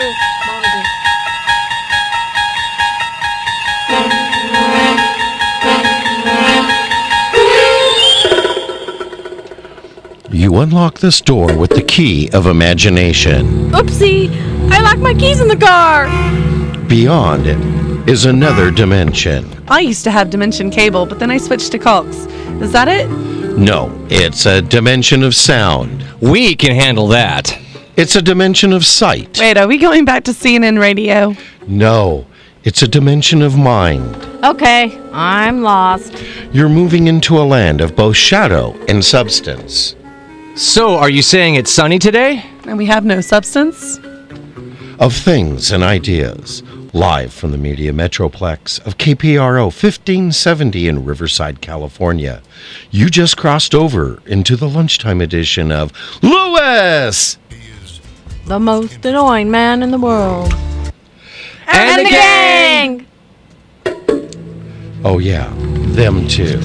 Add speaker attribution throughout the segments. Speaker 1: 응, 마음에 들어.
Speaker 2: You unlock this door with the key of imagination.
Speaker 1: Oopsie! I locked my keys in the car!
Speaker 2: Beyond it is another dimension.
Speaker 3: I used to have Dimension Cable, but then I switched to Cox. Is that it?
Speaker 2: No, it's a dimension of sound.
Speaker 4: We can handle that.
Speaker 2: It's a dimension of sight.
Speaker 3: Wait, are we going back to CNN radio?
Speaker 2: No, it's a dimension of mind.
Speaker 1: Okay, I'm lost.
Speaker 2: You're moving into a land of both shadow and substance.
Speaker 4: So, are you saying it's sunny today?
Speaker 3: And we have no substance?
Speaker 2: of things and ideas. Live from the Media Metroplex of KPRO 1570 in Riverside, California. You just crossed over into the lunchtime edition of Lewis!
Speaker 1: The most annoying man in the world.
Speaker 4: And,
Speaker 2: Oh, yeah, them too.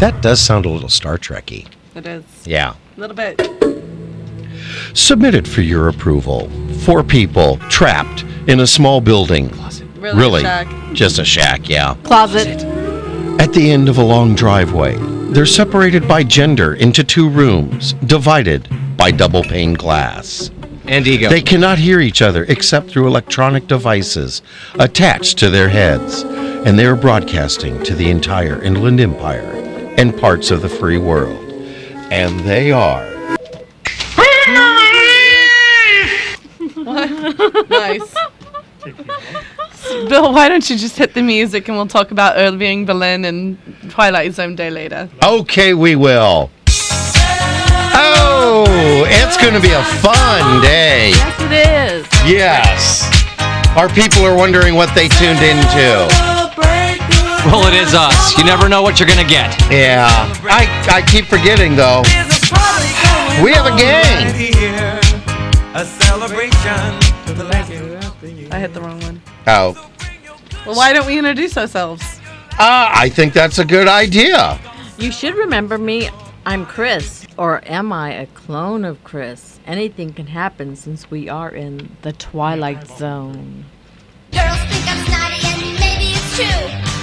Speaker 2: That does sound a little Star Trekky.
Speaker 3: It is.
Speaker 2: Yeah.
Speaker 3: A little bit.
Speaker 2: submitted for your approval. Four people trapped in a small building.
Speaker 3: Really, a shack.
Speaker 2: Just a shack, yeah.
Speaker 1: Closet.
Speaker 2: At the end of a long driveway, they're separated by gender into two rooms, divided by double pane glass.
Speaker 4: And ego.
Speaker 2: They cannot hear each other except through electronic devices attached to their heads, and they are broadcasting to the entire Inland Empire and parts of the free world. And they are.
Speaker 3: Nice. Bill, why don't you just hit the music and we'll talk about Irving Berlin and Twilight Zone Day later?
Speaker 2: Okay, we will. Oh, it's going to be a fun day.
Speaker 1: Yes, it is.
Speaker 2: Yes. Our people are wondering what they tuned into.
Speaker 4: well, it is us. You never know what you're gonna get.
Speaker 2: Yeah. I, I keep forgetting, though. We have a
Speaker 5: Right
Speaker 2: game.
Speaker 5: here, a celebration.
Speaker 3: I hit the wrong one.
Speaker 2: Oh,
Speaker 3: Well, why don't we introduce ourselves?
Speaker 2: uh, I think that's a good idea.
Speaker 1: You should remember me. I'm Chris, or am I a clone of Chris? Anything can happen since we are in the Twilight Zone.
Speaker 6: Girls think I'm snotty and maybe it's true.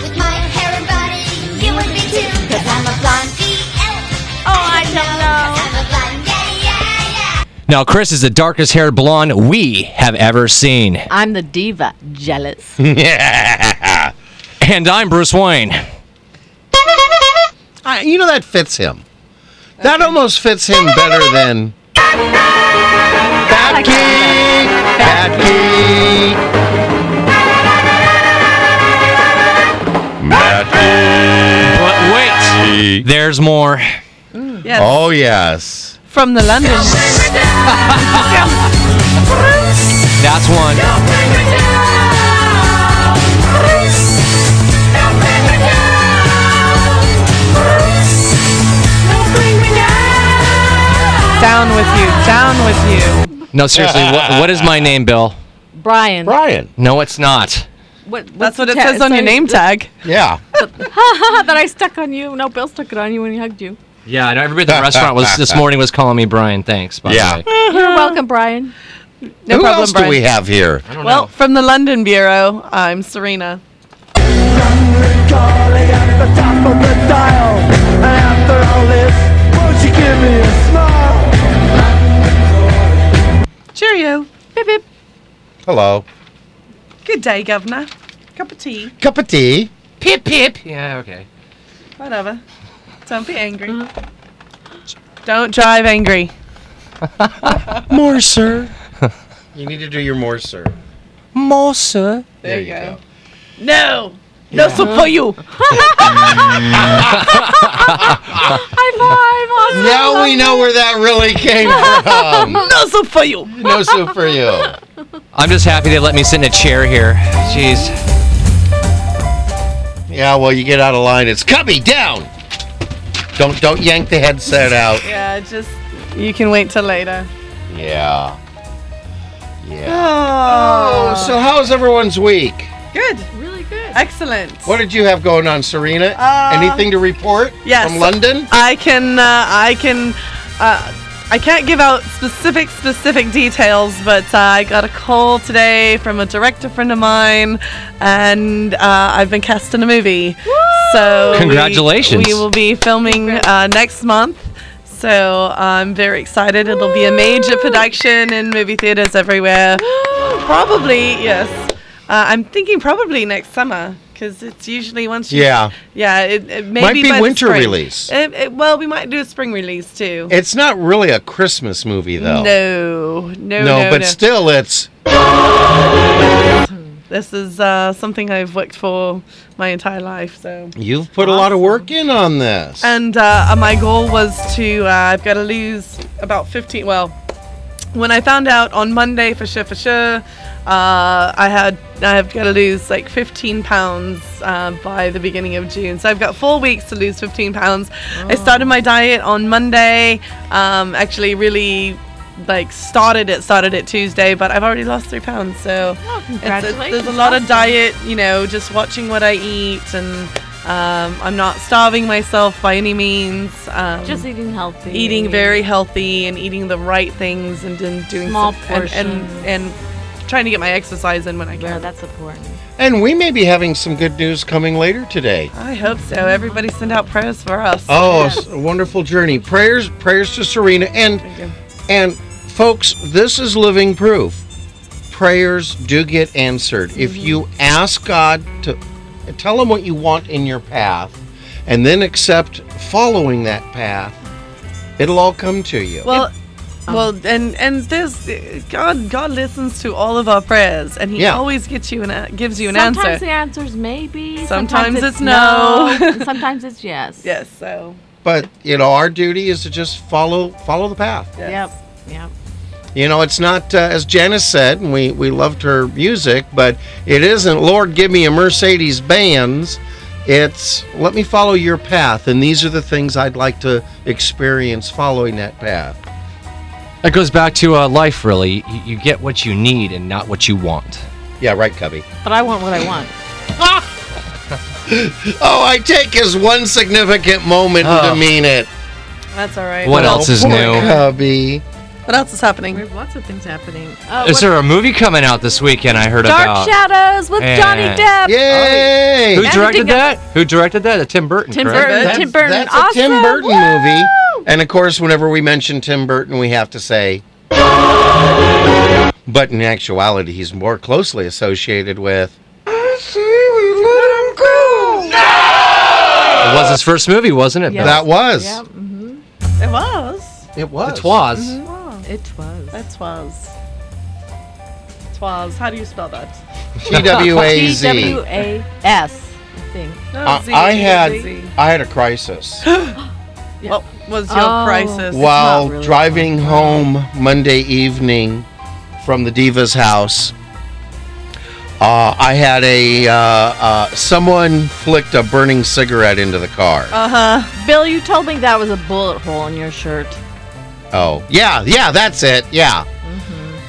Speaker 6: With my hair and body, you would be too. Cause I'm a blonde BL. Oh, I don't know. Cause I'm a blonde, yeah, yeah, yeah.
Speaker 4: Now, Chris is the darkest haired blonde we have ever seen.
Speaker 1: I'm the diva, jealous.
Speaker 4: And I'm Bruce Wayne.
Speaker 2: I, you know, that fits him. That almost fits him better than. Bat Geek! Bat Geek!
Speaker 4: But wait, there's more.
Speaker 3: Yes.
Speaker 2: Oh, yes.
Speaker 3: From the London.
Speaker 4: That's one.
Speaker 3: Down with you. Down with you.
Speaker 4: No, seriously, what, what is my name, Bill?
Speaker 1: Brian.
Speaker 2: Brian.
Speaker 4: No, it's not.
Speaker 1: What,
Speaker 3: That's what it says on your name tag.
Speaker 2: Yeah.
Speaker 1: that I stuck on you. No, Bill stuck it on you when he hugged you.
Speaker 4: Yeah, I know everybody at the restaurant was this morning was calling me Brian. Thanks. By
Speaker 2: Yeah.
Speaker 4: The way.
Speaker 1: You're welcome, Brian.
Speaker 2: Who
Speaker 3: No problem,
Speaker 2: else
Speaker 3: Brian.
Speaker 2: do we have here?
Speaker 3: Well, from the London Bureau, I'm Serena.
Speaker 7: Darling at the top of the dial. And after all this, won't you give me a smile?
Speaker 3: Cheerio. Bip, bip.
Speaker 2: Hello.
Speaker 3: Good day, Governor. Cup of tea.
Speaker 2: Cup of tea.
Speaker 4: Pip pip. Yeah. Okay.
Speaker 3: Whatever. Don't be angry. Don't drive angry.
Speaker 2: More, sir. you need to do your more, sir.
Speaker 4: More, sir.
Speaker 2: There
Speaker 3: you go. No. No soup for you. High five.
Speaker 2: Now we know where that really came from.
Speaker 3: No soup for you.
Speaker 2: no soup for you.
Speaker 4: I'm just happy they let me sit in a chair here. Jeez.
Speaker 2: Yeah, well, you get out of line. It's cubby down. Don't don't yank the headset out.
Speaker 3: Yeah, just you can wait till later.
Speaker 2: Yeah. Yeah.
Speaker 3: Oh,
Speaker 2: Oh, So how's everyone's week?
Speaker 3: good.
Speaker 1: Really good.
Speaker 3: Excellent.
Speaker 2: What did you have going on, Serena?
Speaker 3: Uh,
Speaker 2: Anything to report
Speaker 3: yes.
Speaker 2: from London?
Speaker 3: I can, uh, I can, uh, I can't give out specific, specific details, but uh, I got a call today from a director friend of mine, and uh, I've been cast in a movie. So we-
Speaker 4: Congratulations.
Speaker 3: We, will be filming uh, next month. So I'm very excited. It'll be a major production in movie theaters everywhere. Probably yes. Uh, I'm thinking probably next summer because it's usually once you
Speaker 2: Yeah.
Speaker 3: yeah, it, it may
Speaker 2: Might be
Speaker 3: by the
Speaker 2: winter
Speaker 3: spring.
Speaker 2: release.
Speaker 3: It, it- well, we might do a spring release too.
Speaker 2: It's not really a Christmas movie, though.
Speaker 3: No, no, no,
Speaker 2: No, but
Speaker 3: no.
Speaker 2: still, it's
Speaker 3: this is uh, something I've worked for my entire life. So,
Speaker 2: you've put a lot of work in on this.
Speaker 3: and uh, my goal was to uh, I've got to lose about fifteen. Well, when I found out on Monday for sure, for sure, uh, I had I have got to lose like 15 pounds uh, by the beginning of June. So I've got four weeks to lose 15 pounds. I started my diet on Monday. Um, actually, really like started it started it Tuesday, but I've already lost three pounds. So it's- it's- there's a lot of diet, you know, just watching what I eat and. Um, I'm not starving myself by any means. Um,
Speaker 1: Just eating healthy.
Speaker 3: eating very healthy and eating the right things and then doing
Speaker 1: Small
Speaker 3: some- and-
Speaker 1: portions.
Speaker 3: and, and trying to get my exercise in when I
Speaker 1: Yeah,
Speaker 3: can.
Speaker 1: that's important.
Speaker 2: And we may be having some good news coming later today.
Speaker 3: I hope so. Everybody send out prayers for us.
Speaker 2: Oh, s- a wonderful journey. Prayers, prayers to Serena, and
Speaker 3: you.
Speaker 2: and folks, this is living proof. Prayers do get answered if
Speaker 3: Mm-hmm.
Speaker 2: you ask God to tell Him what you want in your path, and then accept following that path. It'll all come to you.
Speaker 3: Well,
Speaker 1: Um.
Speaker 3: well, and and there's God. God listens to all of our prayers, and He
Speaker 2: Yeah.
Speaker 3: always gets you an a- gives you an
Speaker 1: sometimes
Speaker 3: answer.
Speaker 1: the answer's maybe.
Speaker 3: Sometimes it's no.
Speaker 1: and sometimes it's yes.
Speaker 3: yes. So.
Speaker 2: but you know, our duty is to just follow follow the path.
Speaker 1: Yep. Yep.
Speaker 2: You know, it's not uh, as Janice said, and we we loved her music, but it isn't. Lord, give me a Mercedes Benz. It's let me follow your path, and these are the things I'd like to experience following that path.
Speaker 4: That goes back to uh, life, really. You, you get what you need and not what you want.
Speaker 2: Yeah, right, Cubby.
Speaker 1: But I want what I want.
Speaker 2: Oh, I take his one significant moment
Speaker 4: Oh.
Speaker 2: to mean it.
Speaker 3: That's all right.
Speaker 4: What else
Speaker 2: Oh,
Speaker 4: is
Speaker 2: poor
Speaker 4: new?
Speaker 2: Cubby.
Speaker 3: What else is
Speaker 1: We
Speaker 3: happening?
Speaker 1: have lots of things happening. Oh,
Speaker 4: Is there a movie coming out this weekend? I heard
Speaker 1: Dark
Speaker 4: about.
Speaker 1: Shadows with Johnny
Speaker 4: And-
Speaker 1: Depp.
Speaker 2: Yay!
Speaker 4: Who directed
Speaker 1: Anything
Speaker 4: that? Who directed that? A Tim Burton.
Speaker 1: Tim
Speaker 4: correct?
Speaker 1: Burton.
Speaker 2: That's,
Speaker 1: Tim Burton.
Speaker 2: that's a Tim
Speaker 1: Awesome.
Speaker 2: Burton
Speaker 1: Woo!
Speaker 2: movie. And of course, whenever we mention Tim Burton, we have to say. But in actuality, he's more closely associated with.
Speaker 4: It was his first movie, wasn't it?
Speaker 1: Yeah.
Speaker 4: Beth?
Speaker 2: That was.
Speaker 1: Yep. mhm.
Speaker 3: It was.
Speaker 2: It was.
Speaker 4: It was.
Speaker 1: Mm-hmm. It was.
Speaker 3: It was. Twas. How do you spell that?
Speaker 2: T W A
Speaker 1: T
Speaker 2: Z.
Speaker 1: W A S. I think.
Speaker 3: No,
Speaker 2: I
Speaker 3: Z,
Speaker 2: I had
Speaker 3: Z.
Speaker 2: I had a crisis
Speaker 3: What was your
Speaker 1: Oh.
Speaker 3: crisis?
Speaker 1: Wha-
Speaker 2: while
Speaker 1: not really
Speaker 2: driving home Monday evening from the diva's house. Uh, I had a uh, uh, someone flicked a burning cigarette into the car.
Speaker 3: Uh huh.
Speaker 1: Bill, you told me that was a bullet hole in your shirt.
Speaker 2: Oh, yeah, yeah, that's it. Yeah.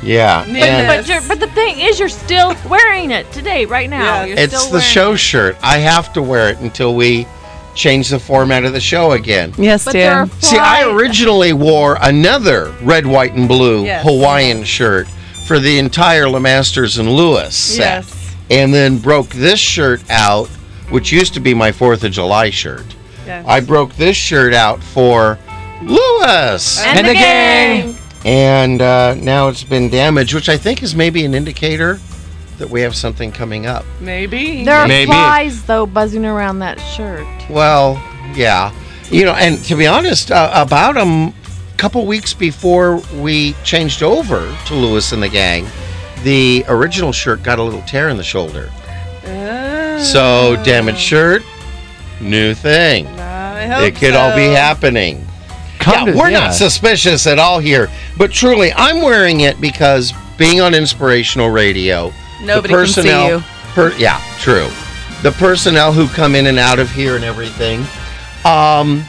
Speaker 2: Yeah.
Speaker 3: But-
Speaker 2: and
Speaker 1: But you're, but the thing is, you're still wearing it today, right now.
Speaker 3: Yeah.
Speaker 1: You're
Speaker 2: it's
Speaker 1: still
Speaker 2: the
Speaker 1: wearing
Speaker 2: show
Speaker 1: it.
Speaker 2: shirt. I have to wear it until we change the format of the show again.
Speaker 3: Yes,
Speaker 1: But there are
Speaker 2: See, I
Speaker 1: five-
Speaker 2: originally wore another red, white, and blue
Speaker 3: Yes.
Speaker 2: Hawaiian shirt for the entire Lemasters and Lewis set.
Speaker 3: Yes.
Speaker 2: And then broke this shirt out, which used to be my 4th of July shirt.
Speaker 3: Yes.
Speaker 2: I broke this shirt out for Lewis.
Speaker 1: and, the, gang.
Speaker 2: and uh, now it's been damaged, which I think is maybe an indicator that we have something coming up.
Speaker 3: Maybe.
Speaker 1: There are
Speaker 4: Maybe.
Speaker 1: flies though buzzing around that shirt.
Speaker 2: Well, yeah, you know, and to be honest, uh, about a m- couple weeks before we changed over to Lewis and the Gang, the original shirt got a little tear in the shoulder.
Speaker 3: Uh,
Speaker 2: So
Speaker 3: Oh.
Speaker 2: damaged shirt, new thing.
Speaker 3: I hope
Speaker 2: It could all be
Speaker 3: so.
Speaker 2: happening.
Speaker 4: Come
Speaker 2: yeah,
Speaker 4: to-
Speaker 2: we're
Speaker 4: yeah.
Speaker 2: not suspicious at all here, but truly, I'm wearing it because being on inspirational radio,
Speaker 3: Nobody
Speaker 2: the
Speaker 3: can see
Speaker 2: personnel,
Speaker 3: you.
Speaker 2: per- yeah, true. The personnel who come in and out of here and everything, um,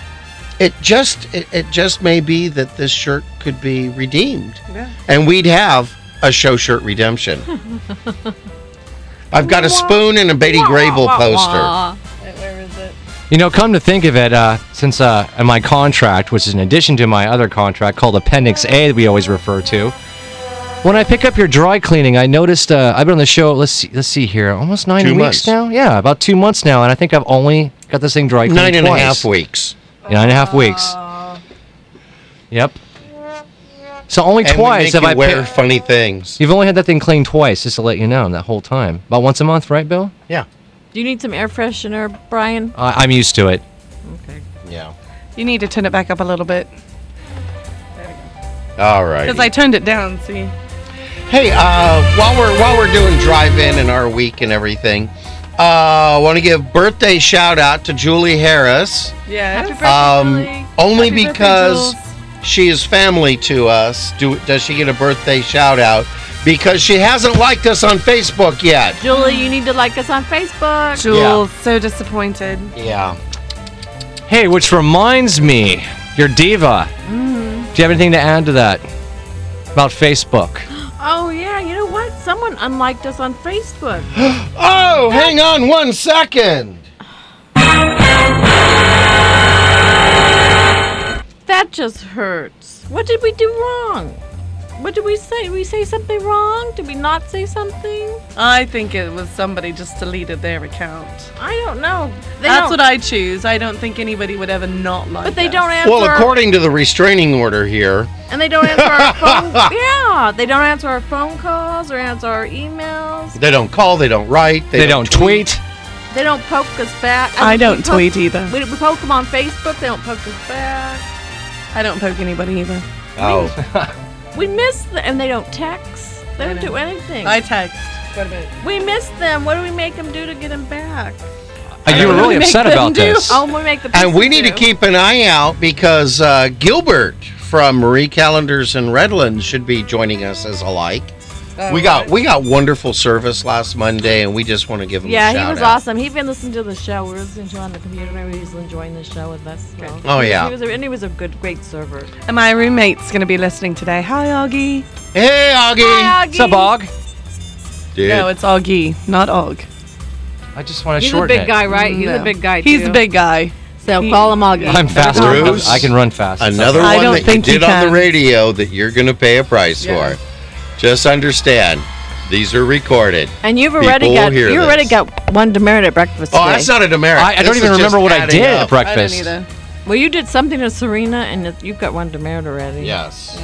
Speaker 2: it just it, it just may be that this shirt could be redeemed,
Speaker 3: Yeah.
Speaker 2: and we'd have a show shirt redemption. I've got a spoon and a Betty Grable poster.
Speaker 3: Where is it?
Speaker 4: You know, come to think of it, uh, since uh, in my contract, which is in addition to my other contract called Appendix A that we always refer to, when I pick up your dry cleaning, I noticed uh, I've been on the show. Let's see, let's see here, almost nine
Speaker 2: Two
Speaker 4: weeks
Speaker 2: months.
Speaker 4: now. Yeah, about two months now, and I think I've only got this thing dry cleaned
Speaker 2: Nine and a
Speaker 4: twice.
Speaker 2: half weeks.
Speaker 4: Nine and a half weeks. Yep. So only
Speaker 2: And we
Speaker 4: twice
Speaker 2: make
Speaker 4: have
Speaker 2: you
Speaker 4: I
Speaker 2: wear
Speaker 4: picked.
Speaker 2: funny things.
Speaker 4: You've only had that thing cleaned twice, just to let you know, that whole time. About once a month, right, Bill?
Speaker 2: Yeah.
Speaker 1: Do you need some air freshener, Brian?
Speaker 4: I I'm used to it.
Speaker 1: Okay.
Speaker 2: Yeah.
Speaker 3: You need to turn it back up a little bit
Speaker 2: All right.
Speaker 3: because I turned it down. See,
Speaker 2: Hey, uh, while we're while we're doing drive-in and our week and everything, uh, want to give birthday shout out to Julie Harris.
Speaker 3: yeah.
Speaker 2: Um, only because she is family to us. Do does she get a birthday shout out? Because she hasn't liked us on Facebook yet.
Speaker 1: Julie, you need to like us on Facebook.
Speaker 3: Jules, so disappointed.
Speaker 2: Yeah.
Speaker 4: Hey, which reminds me, your diva.
Speaker 1: Mm-hmm.
Speaker 4: Do you have anything to add to that about Facebook?
Speaker 1: Oh yeah, you know what? Someone unliked us on Facebook.
Speaker 2: Oh, hang on one second.
Speaker 1: That just hurts. What did we do wrong? What did we say? Did we say something wrong? Did we not say something?
Speaker 3: I think it was somebody just deleted their account.
Speaker 1: I don't know. They
Speaker 3: That's
Speaker 1: don't-
Speaker 3: what I choose. I don't think anybody would ever not like.
Speaker 1: But they
Speaker 3: us.
Speaker 1: don't answer.
Speaker 2: Well,
Speaker 1: our-
Speaker 2: according to the restraining order here,
Speaker 1: and they don't answer our phone. Yeah, they don't answer our phone calls or answer our emails.
Speaker 2: they don't call, they don't write,
Speaker 4: They, don't tweet.
Speaker 1: They don't poke us back.
Speaker 3: I
Speaker 1: we
Speaker 3: don't
Speaker 1: poke-
Speaker 3: tweet either.
Speaker 1: We, we poke them on Facebook. They don't poke us back.
Speaker 3: I don't poke anybody either.
Speaker 2: Oh,
Speaker 1: We miss them, and they don't text. They don't
Speaker 3: know.
Speaker 1: do anything.
Speaker 3: I text. What about?
Speaker 1: we miss them. What do we make them do to get them back?
Speaker 4: Uh, you were really
Speaker 3: Make
Speaker 4: upset
Speaker 3: them
Speaker 4: about
Speaker 3: do-
Speaker 4: this.
Speaker 1: Oh, we make the.
Speaker 2: and
Speaker 1: person
Speaker 2: we need to
Speaker 1: do.
Speaker 2: keep an eye out because uh, Gilbert from Marie Callender's and Redlands should be joining us as a like.
Speaker 3: Oh.
Speaker 2: we got we got wonderful service last Monday, and we just want to give him.
Speaker 1: Yeah,
Speaker 2: a shout
Speaker 1: he was
Speaker 2: out.
Speaker 1: awesome. He'd been listening to the show. We were listening to it on the computer. Maybe he was enjoying the show with us. So.
Speaker 2: Oh, yeah.
Speaker 1: He was a, and he was a good, great server.
Speaker 3: And my roommate's gonna be listening today. Hi, Augie.
Speaker 2: Hey, Augie.
Speaker 4: What's up, Og?
Speaker 2: Dude.
Speaker 3: No, it's Augie, not Og.
Speaker 4: I just want to
Speaker 1: He's a
Speaker 4: shorten
Speaker 1: big
Speaker 4: it.
Speaker 1: guy, right? He's a
Speaker 3: No.
Speaker 1: big guy.
Speaker 3: He's
Speaker 1: too.
Speaker 3: the big guy.
Speaker 1: So
Speaker 3: He-
Speaker 1: call him Augie.
Speaker 4: I'm fast.
Speaker 2: Bruce?
Speaker 4: I can run fast. It's
Speaker 2: Another
Speaker 3: I
Speaker 2: one
Speaker 3: don't
Speaker 2: that you
Speaker 3: think he
Speaker 2: did on the
Speaker 3: can.
Speaker 2: radio that you're going to pay a price
Speaker 3: Yeah.
Speaker 2: for. Just understand, these are recorded.
Speaker 1: And you've
Speaker 2: People
Speaker 1: already got
Speaker 2: hear
Speaker 1: you already
Speaker 2: this.
Speaker 1: got one demerit at breakfast
Speaker 2: Oh,
Speaker 1: today.
Speaker 2: that's not a demerit.
Speaker 4: I, I don't
Speaker 2: This
Speaker 4: even
Speaker 2: is just
Speaker 4: remember what I
Speaker 2: adding
Speaker 4: did at
Speaker 2: up.
Speaker 3: I don't
Speaker 4: breakfast.
Speaker 3: either.
Speaker 1: well, you did something to Serena, and it, you've got one demerit already.
Speaker 2: Yes.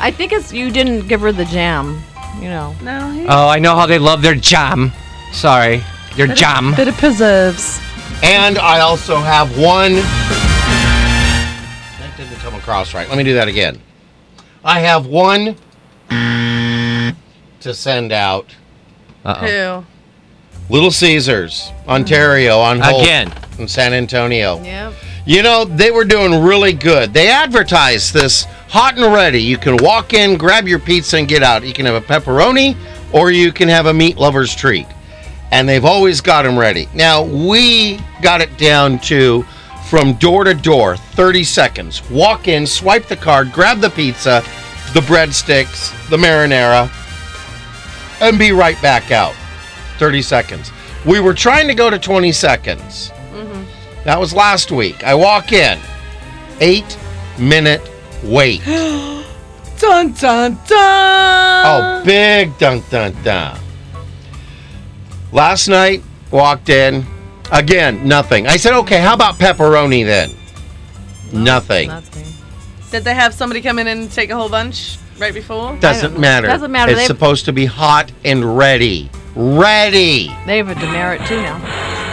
Speaker 1: I think it's you didn't give her the jam. You know.
Speaker 3: No, he
Speaker 4: Oh, I know how they love their jam. Sorry, your jam.
Speaker 3: bit of preserves.
Speaker 2: And I also have one. That didn't come across right. Let me do that again. I have one to send out.
Speaker 4: Uh-oh.
Speaker 3: Who?
Speaker 2: Little Caesars, Ontario, on hold
Speaker 4: Again.
Speaker 2: from San Antonio.
Speaker 1: Yep.
Speaker 2: You know, they were doing really good. They advertised this hot and ready. You can walk in, grab your pizza, and get out. You can have a pepperoni or you can have a meat lover's treat. And they've always got them ready. Now, we got it down to from door to door 30 seconds. Walk in, swipe the card, grab the pizza, the breadsticks, the marinara, and be right back out. 30 seconds. We were trying to go to 20 seconds. That was last week. I walk in, eight minute wait.
Speaker 3: Dun dun dun.
Speaker 2: Oh, big dun dun dun. Last night, walked in, again, nothing. I said, okay, how about pepperoni then? nothing.
Speaker 1: Nothing.
Speaker 3: Did they have somebody come in and take a whole bunch right before?
Speaker 2: Doesn't matter.
Speaker 1: Doesn't matter.
Speaker 2: It's
Speaker 1: They-
Speaker 2: supposed to be hot and ready. Ready.
Speaker 1: They have a demerit too now.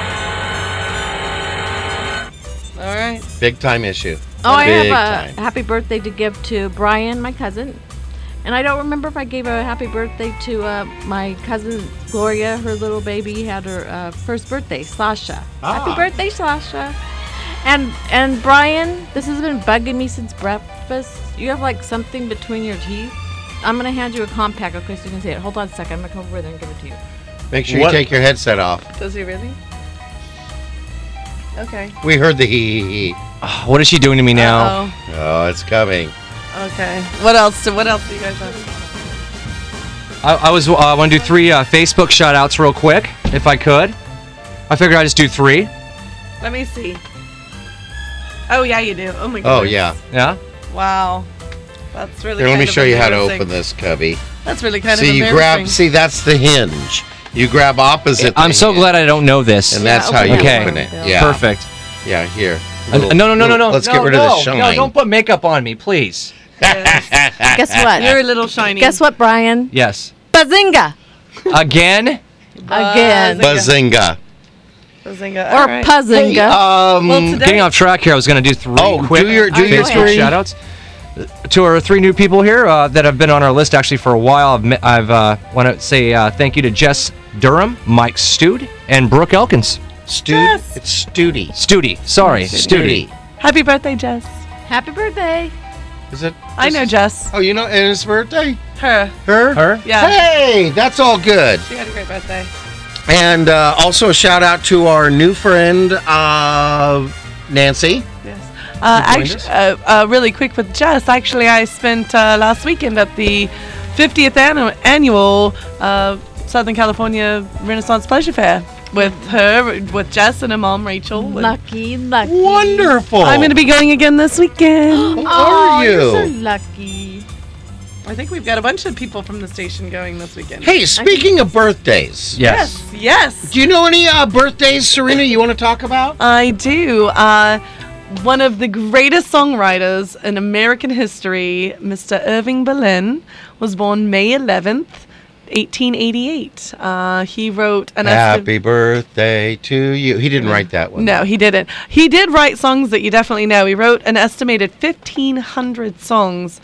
Speaker 3: All right.
Speaker 2: Big time issue.
Speaker 1: Oh, I
Speaker 2: Big
Speaker 1: have a
Speaker 2: time.
Speaker 1: happy birthday to give to Brian, my cousin. And I don't remember if I gave a happy birthday to uh, my cousin Gloria. Her little baby had her uh, first birthday, Sasha.
Speaker 2: Ah.
Speaker 1: Happy birthday, Sasha. And and Brian, this has been bugging me since breakfast. You have like something between your teeth. I'm gonna hand you a compact, okay, so you can see it. Hold on a second. I'm gonna come over there and give it to you.
Speaker 2: Make sure
Speaker 8: What-
Speaker 2: you take your headset off.
Speaker 3: Does he really? Okay.
Speaker 2: We heard the hee hee hee.
Speaker 4: Oh, What is she doing to me now?
Speaker 3: Oh.
Speaker 2: Oh, it's coming.
Speaker 3: Okay. What else? Do, what else do you guys have?
Speaker 4: I, I was uh, I want to do three uh, Facebook shout outs real quick, if I could. I figured I'd just do three.
Speaker 3: Let me see. Oh yeah, you do. Oh my god.
Speaker 2: Oh, yeah.
Speaker 4: Yeah.
Speaker 3: Wow. That's really.
Speaker 2: Here, let
Speaker 3: kind
Speaker 2: me
Speaker 3: of
Speaker 2: show you how to
Speaker 3: embarrassing.
Speaker 2: open this cubby.
Speaker 3: That's really kind of
Speaker 2: See, you grab. See, that's the hinge. You grab opposite.
Speaker 4: I'm
Speaker 2: the
Speaker 4: so
Speaker 2: hinge,
Speaker 4: glad I don't know this.
Speaker 2: And that's
Speaker 1: Yeah,
Speaker 2: how
Speaker 1: open
Speaker 2: you
Speaker 4: that
Speaker 2: open
Speaker 1: one.
Speaker 2: it.
Speaker 1: Yeah.
Speaker 2: Yeah.
Speaker 4: Perfect.
Speaker 2: Yeah. Here.
Speaker 4: Uh,
Speaker 2: Little-
Speaker 4: no, no, no, no,
Speaker 2: little-
Speaker 4: no.
Speaker 2: Let's
Speaker 4: no,
Speaker 2: get rid
Speaker 4: no,
Speaker 2: of the shine.
Speaker 4: No, don't put makeup on me, please.
Speaker 1: Guess what?
Speaker 3: You're a little shiny.
Speaker 1: Guess what, Brian?
Speaker 4: Yes.
Speaker 1: Bazinga
Speaker 4: Again.
Speaker 1: again,
Speaker 3: Buzz-
Speaker 2: Bazinga.
Speaker 3: Bazinga.
Speaker 1: or
Speaker 3: All right.
Speaker 1: puzinga.
Speaker 2: Um,
Speaker 3: Well, today.
Speaker 4: Getting off track here. I was going to do three
Speaker 2: Oh,
Speaker 4: quick
Speaker 2: do your- do
Speaker 1: Oh, your go
Speaker 4: Facebook
Speaker 1: ahead.
Speaker 4: shout outs to our three new people here uh, that have been on our list actually for a while. I've, met, I've uh, want to say uh, thank you to Jess Durham, Mike Stude, and Brooke Elkins.
Speaker 2: Stu-
Speaker 3: Yes.
Speaker 2: It's Studi.
Speaker 4: Studi, sorry, Studi.
Speaker 3: Happy birthday, Jess.
Speaker 2: uh,
Speaker 1: Happy birthday!
Speaker 2: Is it?
Speaker 3: I know Jess.
Speaker 2: Oh, you know, and it's birthday.
Speaker 3: Her.
Speaker 2: Her.
Speaker 4: Her.
Speaker 3: Yeah.
Speaker 2: Hey, that's all good.
Speaker 3: She had a great birthday.
Speaker 2: And uh, also a shout out to our new friend, uh, Nancy.
Speaker 3: Yes. Uh,
Speaker 2: You joined
Speaker 3: actually, uh, uh, really quick with Jess. Actually, I spent uh, last weekend at the 50th annu- annual uh, Southern California Renaissance Pleasure Fair with her, with Jess and her mom Rachel. and
Speaker 1: Lucky, lucky.
Speaker 2: Wonderful.
Speaker 3: I'm going to be going again this weekend.
Speaker 2: Who
Speaker 1: Oh,
Speaker 2: are
Speaker 1: you're
Speaker 2: you?
Speaker 1: so lucky.
Speaker 3: I think we've got a bunch of people from the station going this weekend.
Speaker 2: Hey, speaking of birthdays,
Speaker 4: Yes.
Speaker 3: Yes. Yes.
Speaker 2: do you know any uh, birthdays, Serena, you want to talk about?
Speaker 3: I do. Uh, one of the greatest songwriters in American history, Mr. Irving Berlin, was born May 11th, 1888. Uh, he wrote an
Speaker 2: Happy birthday to you. He didn't write that one.
Speaker 3: No, he didn't. He did write songs that you definitely know. He wrote an estimated 1,500 songs,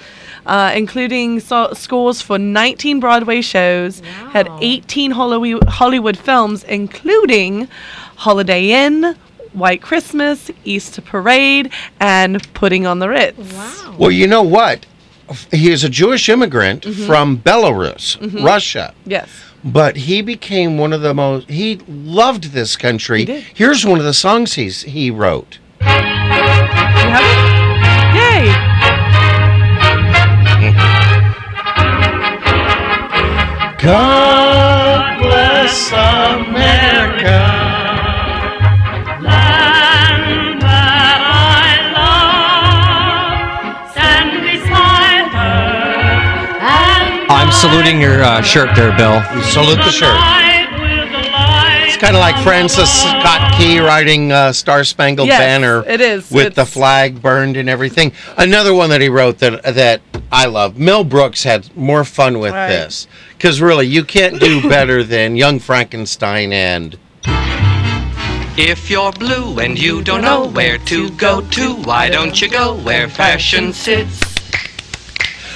Speaker 3: uh, including so- scores for 19 Broadway shows, had 18 Hollywood, Hollywood films, including Holiday Inn, White Christmas, Easter Parade, and Putting on the Ritz.
Speaker 1: Wow.
Speaker 2: Well, you know what? He is a Jewish immigrant
Speaker 3: Mm-hmm.
Speaker 2: from Belarus, Russia.
Speaker 3: Yes.
Speaker 2: But he became one of the most. He loved this country.
Speaker 3: did.
Speaker 2: Here's one of the songs he's he wrote.
Speaker 3: You have it? Yay!
Speaker 2: God bless America.
Speaker 4: I'm saluting your uh, shirt there, Bill.
Speaker 2: Salute the shirt. It's kind of like Francis Scott Key writing uh, "Star Spangled
Speaker 3: Yes,
Speaker 2: Banner."
Speaker 3: it is.
Speaker 2: with the
Speaker 3: It's-
Speaker 2: flag burned and everything. Another one that he wrote that that I love. Mel Brooks had more fun with
Speaker 3: Right.
Speaker 2: this because really you can't do better than Young Frankenstein and
Speaker 9: If you're blue and you don't know where to go to, why don't you go where fashion sits?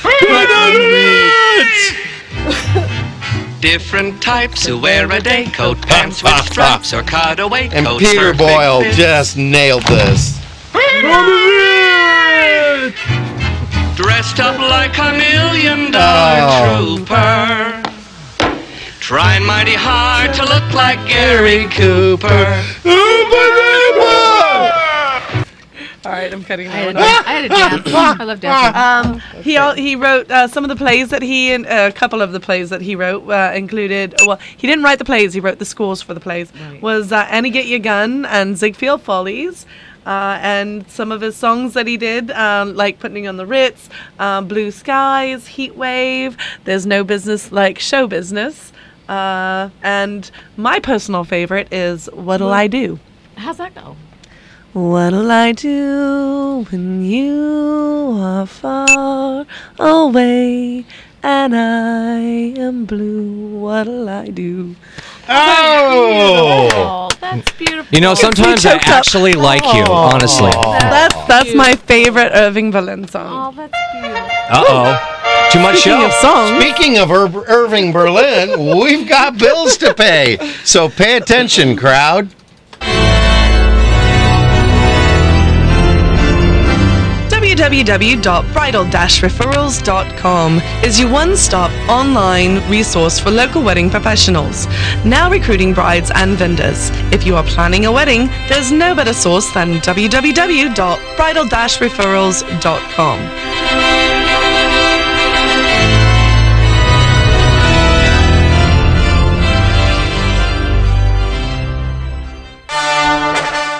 Speaker 9: Different types who wear a day coat, pants with stripes, or cutaway
Speaker 2: and
Speaker 9: coats.
Speaker 2: Peter
Speaker 9: or big
Speaker 2: Boyle
Speaker 9: bib.
Speaker 2: just nailed this.
Speaker 9: dressed up like a million dollar
Speaker 2: Oh.
Speaker 9: trooper, trying mighty hard to look like Gary Cooper.
Speaker 3: All right, I'm cutting
Speaker 1: I
Speaker 3: that
Speaker 1: had
Speaker 3: one
Speaker 1: a
Speaker 3: off.
Speaker 1: dance. I had a dance. I love dancing.
Speaker 3: Um, he al- he wrote uh, some of the plays that he and uh, a couple of the plays that he wrote uh, included. Well, he didn't write the plays; he wrote the scores for the plays. Was uh, Annie Get Your Gun and Ziegfeld Follies, uh, and some of his songs that he did, um, like Putting on the Ritz, um, Blue Skies, Heat Wave. There's no business like show business. Uh, and my personal favorite is What'll I Do?
Speaker 1: How's that go?
Speaker 3: What'll I do when you are far away and I am blue? What'll I do?
Speaker 2: Oh,
Speaker 1: Oh, that's beautiful.
Speaker 4: You know, sometimes I
Speaker 3: choked up.
Speaker 4: actually like you, honestly.
Speaker 3: That's that's my favorite Irving Berlin song.
Speaker 1: Oh, that's beautiful.
Speaker 4: Uh oh. Too much
Speaker 3: Speaking
Speaker 4: show.
Speaker 3: of songs,
Speaker 2: speaking of Ir- Irving Berlin, we've got bills to pay, so pay attention, crowd.
Speaker 3: www.bridal-referrals.com is your one-stop online resource for local wedding professionals. Now recruiting brides and vendors. If you are planning a wedding, there's no better source than www.bridal-referrals.com.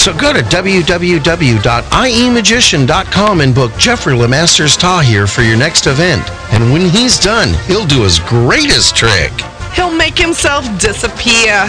Speaker 2: So go to E www.iemagician.com and book Jeffrey Lemasters Tahir for your next event. And when he's done, he'll do his greatest trick.
Speaker 3: He'll make himself disappear.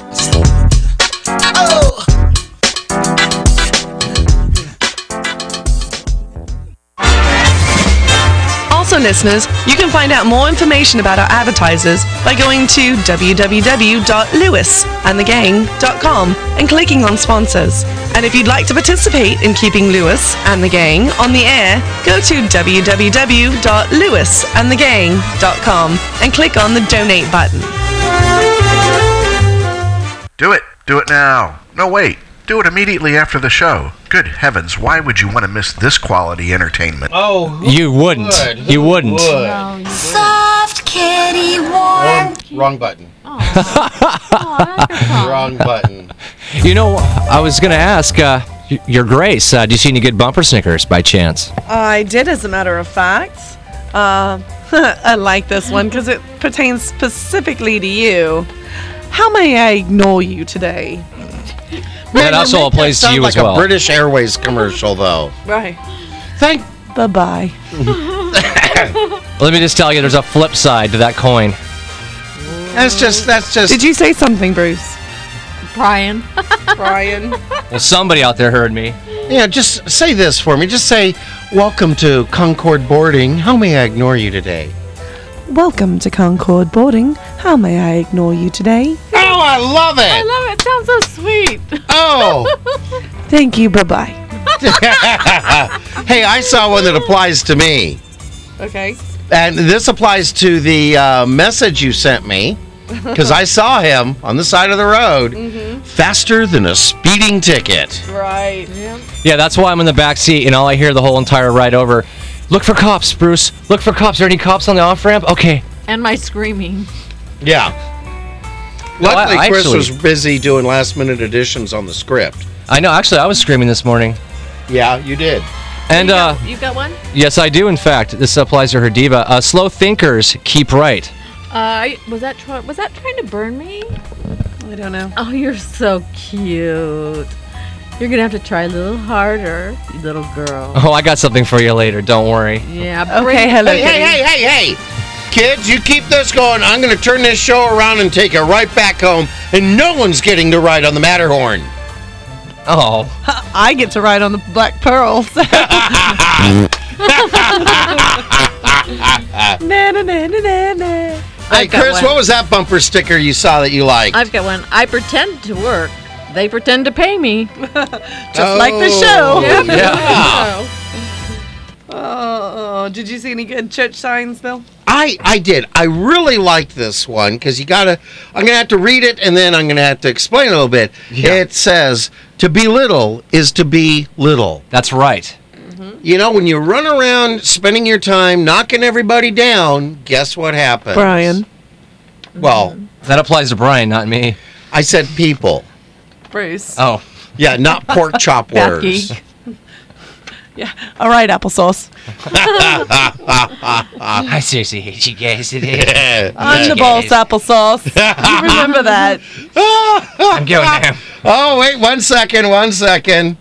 Speaker 3: Also, listeners, you can find out more information about our advertisers by going to www.lewisandthegang.com and clicking on sponsors. And if you'd like to participate in keeping Lewis and the Gang on the air, go to www.lewisandthegang.com and click on the donate button.
Speaker 7: Do it. Do it now. No, wait. Do it immediately after the show. Good heavens, why would you want to miss this quality entertainment?
Speaker 10: Oh, who
Speaker 4: You wouldn't.
Speaker 10: would? Who
Speaker 4: You wouldn't.
Speaker 10: would?
Speaker 6: Soft kitty warm.
Speaker 10: Wrong, wrong button.
Speaker 1: Oh.
Speaker 10: Wrong button.
Speaker 4: You know, I was going to ask uh, y- Your Grace, uh, do you see any good bumper Snickers by chance?
Speaker 3: I did, as a matter of fact. Um, I like this one because it pertains specifically to you. How may I ignore you today?
Speaker 4: That also applies to
Speaker 10: Sounds
Speaker 4: you
Speaker 10: like
Speaker 4: as well.
Speaker 10: a British Airways commercial, though.
Speaker 3: Right.
Speaker 10: Thank.
Speaker 3: Bye bye.
Speaker 4: Let me just tell you, there's a flip side to that coin.
Speaker 10: That's just. That's just.
Speaker 3: Did you say something, Bruce?
Speaker 1: Brian.
Speaker 3: Brian.
Speaker 4: Well, somebody out there heard me.
Speaker 2: Yeah, just say this for me. Just say, "Welcome to Concord Boarding. How may I ignore you today?"
Speaker 3: Welcome to Concord Boarding. How may I ignore you today?
Speaker 10: Oh, I love it.
Speaker 1: I love it. it. Sounds so sweet.
Speaker 2: Oh,
Speaker 3: Thank you. Bye bye.
Speaker 2: hey, I saw one that applies to me,
Speaker 3: Okay.
Speaker 2: and this applies to the uh, message you sent me because I saw him on the side of the road, faster than a speeding ticket.
Speaker 3: Right.
Speaker 4: Yeah, that's why I'm in the back seat, and all I hear the whole entire ride over. Look for cops, Bruce. Look for cops. Are there any cops on the off ramp? Okay.
Speaker 1: And my screaming.
Speaker 2: Yeah.
Speaker 4: I-
Speaker 2: Luckily,
Speaker 4: I
Speaker 2: Chris
Speaker 4: actually-
Speaker 2: was busy doing last minute additions on the script.
Speaker 4: I know. Actually, I was screaming this morning.
Speaker 2: Yeah, you did.
Speaker 4: And
Speaker 1: you,
Speaker 4: uh,
Speaker 1: got, you got one?
Speaker 4: yes, I do. In fact, this applies to her diva. Uh, slow thinkers keep right.
Speaker 1: Uh, I- was that try- was that trying to burn me?
Speaker 3: I don't know.
Speaker 1: Oh, you're so cute. You're gonna have to try a little harder, you little girl.
Speaker 4: Oh, I got something for you later. Don't worry.
Speaker 1: Yeah.
Speaker 3: Okay, hello.
Speaker 2: Hey, hey, hey, hey, hey! Kids, you keep this going. I'm going to turn this show around and take it right back home, and no one's getting to ride on the Matterhorn.
Speaker 4: Oh.
Speaker 3: I get to ride on the Black Pearl. so- na, na, na, na, na, na.
Speaker 2: Hey,
Speaker 1: got
Speaker 2: Chris,
Speaker 1: one.
Speaker 2: what was that bumper sticker you saw that you liked?
Speaker 1: I've got one. I pretend to work. They pretend to pay me.
Speaker 2: just
Speaker 3: like the show.
Speaker 2: Oh. Yeah.
Speaker 3: Oh, did you see any good church signs, Bill?
Speaker 2: I, I did. I really liked this one because you gotta. I'm gonna have to read it and then I'm gonna have to explain a little bit. It says to be little is to be little.
Speaker 4: That's right.
Speaker 2: You know, when you run around spending your time knocking everybody down, guess what happens?
Speaker 3: Brian.
Speaker 2: Well,
Speaker 4: That applies to Brian, not me.
Speaker 2: I said people.
Speaker 3: Bruce.
Speaker 4: Oh.
Speaker 2: Yeah, not pork chop words.
Speaker 3: Yeah. All right, applesauce.
Speaker 4: I seriously hate you guys today.
Speaker 3: On the balls, applesauce. you remember that.
Speaker 4: I'm going now.
Speaker 2: Oh, wait one second, one second.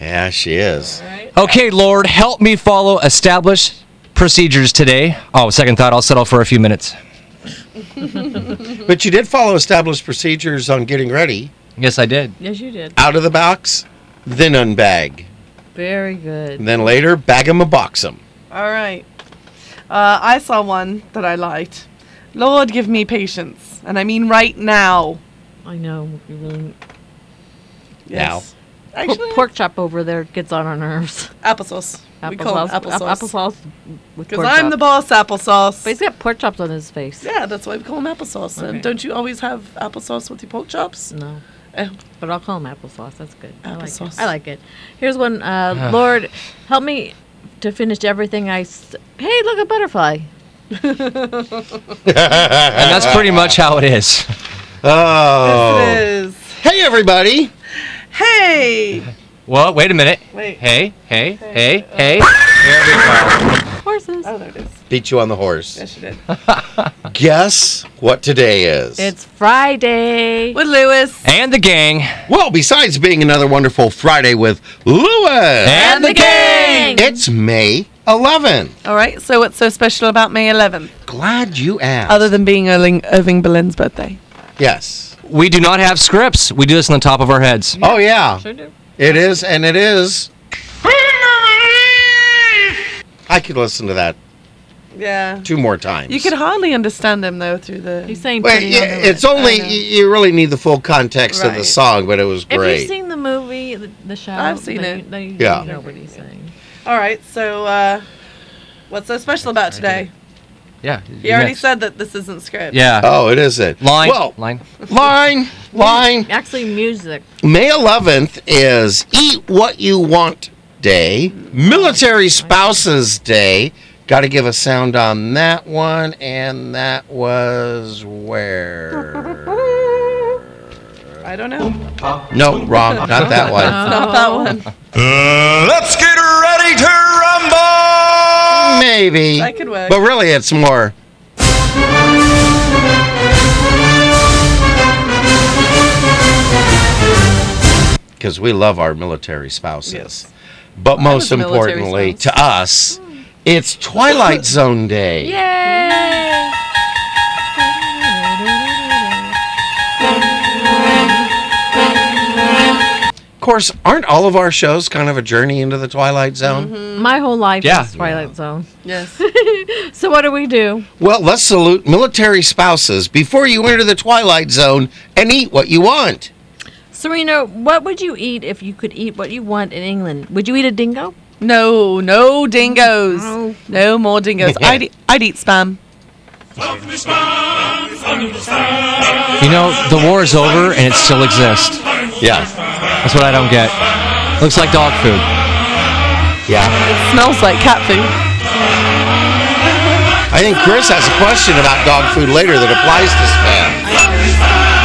Speaker 2: Yeah, she is.
Speaker 4: Okay, Lord, help me follow established procedures today. Oh, second thought, I'll settle for a few minutes.
Speaker 2: But you did follow established procedures on getting ready,
Speaker 4: Yes, I did.
Speaker 1: Yes, you did.
Speaker 2: out of the box, then unbag.
Speaker 1: Very good.
Speaker 2: And then later, bag 'em and box 'em.
Speaker 3: All right. Uh, I saw one that I liked. Lord, give me patience, and I mean right now.
Speaker 1: I know. You really...
Speaker 3: Yes. Now.
Speaker 1: Po-
Speaker 3: Actually,
Speaker 1: pork chop over there gets on our nerves.
Speaker 3: applesauce. We call
Speaker 1: Applesauce-
Speaker 3: it applesauce.
Speaker 1: app- applesauce with
Speaker 3: Because
Speaker 1: pork chop.
Speaker 3: I'm the boss, applesauce.
Speaker 1: But he's got pork chops on his face.
Speaker 3: yeah, that's why we call them applesauce.
Speaker 1: Okay.
Speaker 3: And don't you always have applesauce with your pork chops?
Speaker 1: No.
Speaker 3: Oh.
Speaker 1: But I'll call him applesauce. That's good. I like
Speaker 3: Applesauce.
Speaker 1: it. I like it. Here's one. Uh, Lord, help me to finish everything I. S- hey, look a butterfly.
Speaker 4: And that's pretty much how it is.
Speaker 2: Oh.
Speaker 3: This is-
Speaker 2: Hey, everybody.
Speaker 3: Hey!
Speaker 4: Well, wait a minute.
Speaker 3: Wait.
Speaker 4: Hey, hey, hey, hey. There we go.
Speaker 1: Horses.
Speaker 3: Oh, there it is.
Speaker 2: Beat you on the horse.
Speaker 3: Yes, you did.
Speaker 2: Guess what today is?
Speaker 1: It's Friday.
Speaker 3: With Lewis.
Speaker 4: And the gang.
Speaker 2: well, besides being another wonderful Friday with Lewis,
Speaker 4: And the gang.
Speaker 2: it's May 11th.
Speaker 3: All right, so what's so special about May 11th?
Speaker 2: Glad you asked.
Speaker 3: Other than being Erling, Irving Berlin's birthday.
Speaker 2: yes.
Speaker 4: We do not have scripts. We do this on the top of our heads.
Speaker 2: Oh, yeah.
Speaker 1: Sure do.
Speaker 2: It is, and it is. I could listen to that
Speaker 3: Yeah.
Speaker 2: two more times.
Speaker 3: You could hardly understand him, though, through
Speaker 1: He's
Speaker 3: the.
Speaker 1: saying
Speaker 2: Well,
Speaker 1: pretty
Speaker 2: yeah,
Speaker 1: on the
Speaker 2: it's
Speaker 1: lip.
Speaker 2: only
Speaker 3: know.
Speaker 2: y- you really need the full context of the
Speaker 3: Right.
Speaker 2: song, but it was
Speaker 1: If
Speaker 2: great.
Speaker 1: you've seen the movie, The, the Shadow,
Speaker 3: I've seen
Speaker 1: then
Speaker 3: it.
Speaker 1: you- then you
Speaker 2: Yeah.
Speaker 1: know what he's saying.
Speaker 3: All right, so uh, what's so special about today?
Speaker 4: Yeah.
Speaker 3: He already
Speaker 4: next.
Speaker 3: said that this isn't script.
Speaker 4: Yeah.
Speaker 2: oh, it isn't.
Speaker 4: Line.
Speaker 2: Well,
Speaker 4: Line.
Speaker 2: line, line.
Speaker 1: Actually, music.
Speaker 2: May 11th is Eat What You Want Day, Military Spouses Day. Got to give a sound on that one, and that was where?
Speaker 3: I don't know. Not
Speaker 2: No, wrong. Not that one.
Speaker 3: that one.
Speaker 11: Let's get ready to rumble!
Speaker 2: Maybe.
Speaker 3: That could work.
Speaker 2: But really, it's more. Because we love our military spouses.
Speaker 3: Yes.
Speaker 2: But most
Speaker 3: was a military
Speaker 2: importantly,
Speaker 3: spouse.
Speaker 2: to us, it's Twilight Zone Day.
Speaker 1: Yay!
Speaker 2: Of course, aren't all of our shows kind of a journey into the Twilight Zone?
Speaker 3: Mm-hmm.
Speaker 1: My whole life
Speaker 4: Yeah.
Speaker 1: is Twilight Zone.
Speaker 3: Yes.
Speaker 1: So what do we do?
Speaker 2: Well, let's salute military spouses before you enter the Twilight Zone and eat what you want.
Speaker 1: Serena, what would you eat if you could eat what you want in England? Would you eat a dingo?
Speaker 3: No, no dingoes.
Speaker 1: No.
Speaker 3: No, more dingoes. I'd, eat- I'd eat spam.
Speaker 4: You know, the war is over and it still exists.
Speaker 2: Yeah.
Speaker 4: That's what I don't get. Looks like dog food.
Speaker 2: Yeah.
Speaker 3: Smells like cat food.
Speaker 2: I think Chris has a question about dog food later that applies to spam.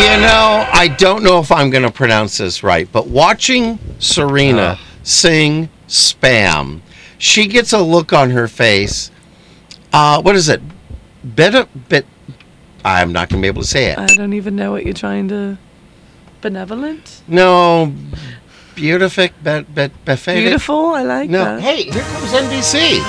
Speaker 2: You know, I don't know if I'm going to pronounce this right, but watching Serena sing spam, she gets a look on her face. Uh, what is it? Bit, bit. I'm not going to be able to say
Speaker 3: I
Speaker 2: it.
Speaker 3: don't even know what you're trying to. Benevolent?
Speaker 2: No, beautific, bet, bet, befated.
Speaker 3: Beautiful? I like
Speaker 2: No.
Speaker 3: that.
Speaker 2: Hey, here comes NBC.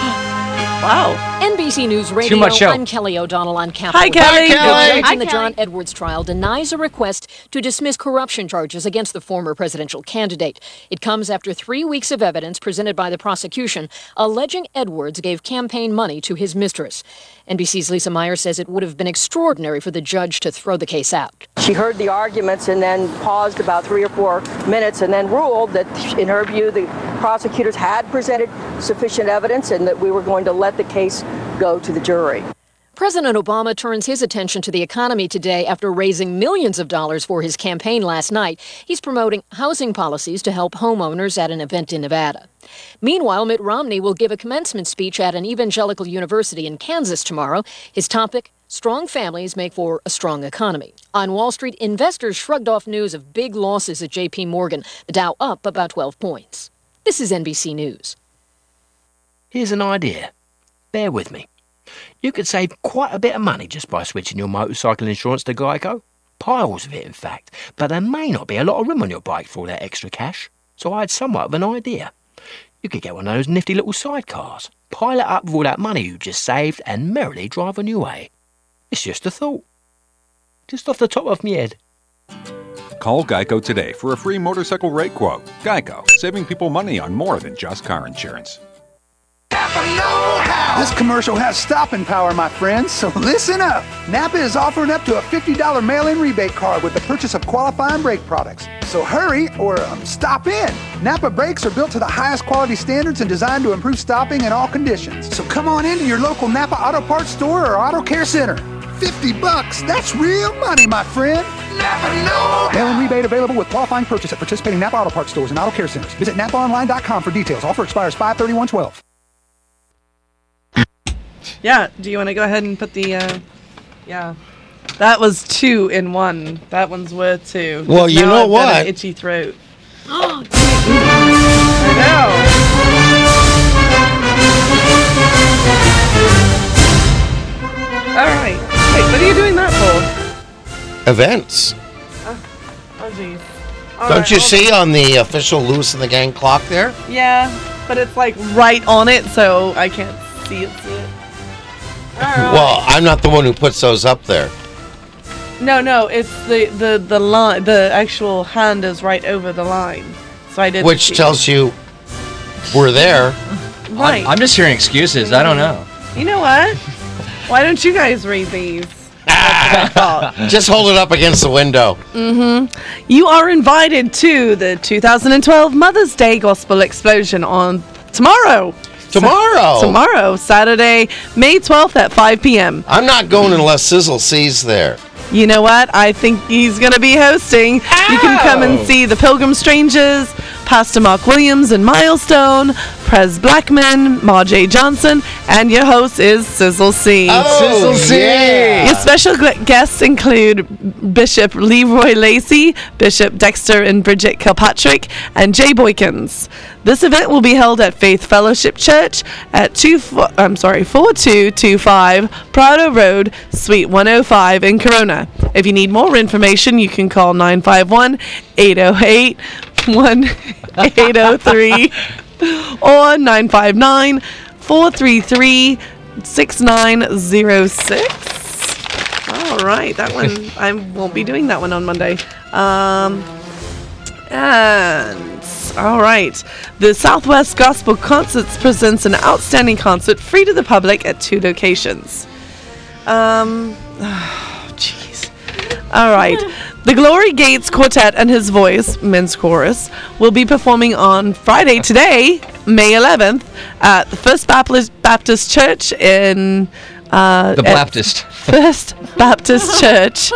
Speaker 3: Wow.
Speaker 12: NBC News Radio.
Speaker 4: much show.
Speaker 12: I'm Kelly O'Donnell on Capitol.
Speaker 3: Hi, Kelly.
Speaker 12: The
Speaker 2: Kelly.
Speaker 12: judge
Speaker 1: Hi,
Speaker 12: in the
Speaker 1: Kelly.
Speaker 12: John Edwards trial denies a request to dismiss corruption charges against the former presidential candidate. It comes after three weeks of evidence presented by the prosecution alleging Edwards gave campaign money to his mistress. NBC's Lisa Meyer says it would have been extraordinary for the judge to throw the case out.
Speaker 13: She heard the arguments and then paused about three or four minutes and then ruled that, in her view, the prosecutors had presented sufficient evidence and that we were going to let the case go to the jury.
Speaker 12: President Obama turns his attention to the economy today after raising millions of dollars for his campaign last night. He's promoting housing policies to help homeowners at an event in Nevada. Meanwhile, Mitt Romney will give a commencement speech at an evangelical university in Kansas tomorrow. His topic Strong families make for a strong economy. On Wall Street, investors shrugged off news of big losses at JP Morgan, the Dow up about 12 points. This is NBC News.
Speaker 14: Here's an idea. Bear with me. You could save quite a bit of money just by switching your motorcycle insurance to Geico. Piles of it, in fact. But there may not be a lot of room on your bike for all that extra cash. So I had somewhat of an idea. You could get one of those nifty little sidecars, pile it up with all that money you just saved, and merrily drive on your way. It's just a thought. Just off the top of my head.
Speaker 15: Call Geico today for a free motorcycle rate quote. Geico, saving people money on more than just car insurance.
Speaker 7: This commercial has stopping power, my friends, so listen up. Napa is offering up to a $50 mail in rebate card with the purchase of qualifying brake products. So hurry or um, stop in. Napa brakes are built to the highest quality standards and designed to improve stopping in all conditions. So come on into your local Napa Auto Parts store or Auto Care Center. 50 bucks, that's real money, my friend. Napa know. Mail in rebate available with qualifying purchase at participating Napa Auto Parts stores and Auto Care Centers. Visit napaonline.com for details. Offer expires 53112.
Speaker 3: Yeah. Do you want to go ahead and put the? Uh, yeah. That was two in one. That one's worth two.
Speaker 16: Well, you know
Speaker 3: Now I've got an
Speaker 16: what?
Speaker 3: itchy throat. All right. Wait, what are you doing that for?
Speaker 16: Events.
Speaker 3: Oh, geez.
Speaker 16: Don't you see on the official Loose and the Gang clock there?
Speaker 3: Yeah, but it's like right on it, so I can't see it. See it.
Speaker 16: Well, I'm not the one who puts those up there.
Speaker 3: No, no, it's the the the line. The actual hand is right over the line, so I didn't.
Speaker 16: Which
Speaker 3: see
Speaker 16: tells you we're there.
Speaker 3: it. right.
Speaker 4: I'm just hearing excuses. I don't know.
Speaker 3: you know what? Why don't you guys read these?
Speaker 16: Just hold it up against the window.
Speaker 3: Mm-hmm. You are invited to the 2012 Mother's Day Gospel Explosion on tomorrow.
Speaker 16: Tomorrow?
Speaker 3: tomorrow, Saturday, May 12th at 5 p.m.
Speaker 16: I'm not going unless Sizzle sees there.
Speaker 3: You know what? I think he's going to be hosting. You can come and see the Pilgrim Strangers, Pastor Mark Williams and Milestone, Prez Blackman, Mar J. Johnson, and your host is Sizzle C.
Speaker 16: Oh, Sizzle C. yeah.
Speaker 3: Your special gu- guests include Bishop Leroy Lacey, Bishop Dexter and Bridget Kilpatrick, and Jay Boykins. This event will be held at Faith Fellowship Church at two. Four, I'm sorry, four two two five Prado Road, Suite 105 in Corona. If you need more information, you can call 951 808 1803 or 959 433 6906. All right, that one I won't be doing that one on Monday. Um, and all right, the Southwest Gospel Concerts presents an outstanding concert free to the public at two locations. Um, jeez. all right, the Glory Gates Quartet and His Voice Men's Chorus will be performing on Friday today, May 11th, at the First Baptist Baptist Church in. Uh,
Speaker 4: The
Speaker 3: at-
Speaker 4: Baptist.
Speaker 3: First Baptist Church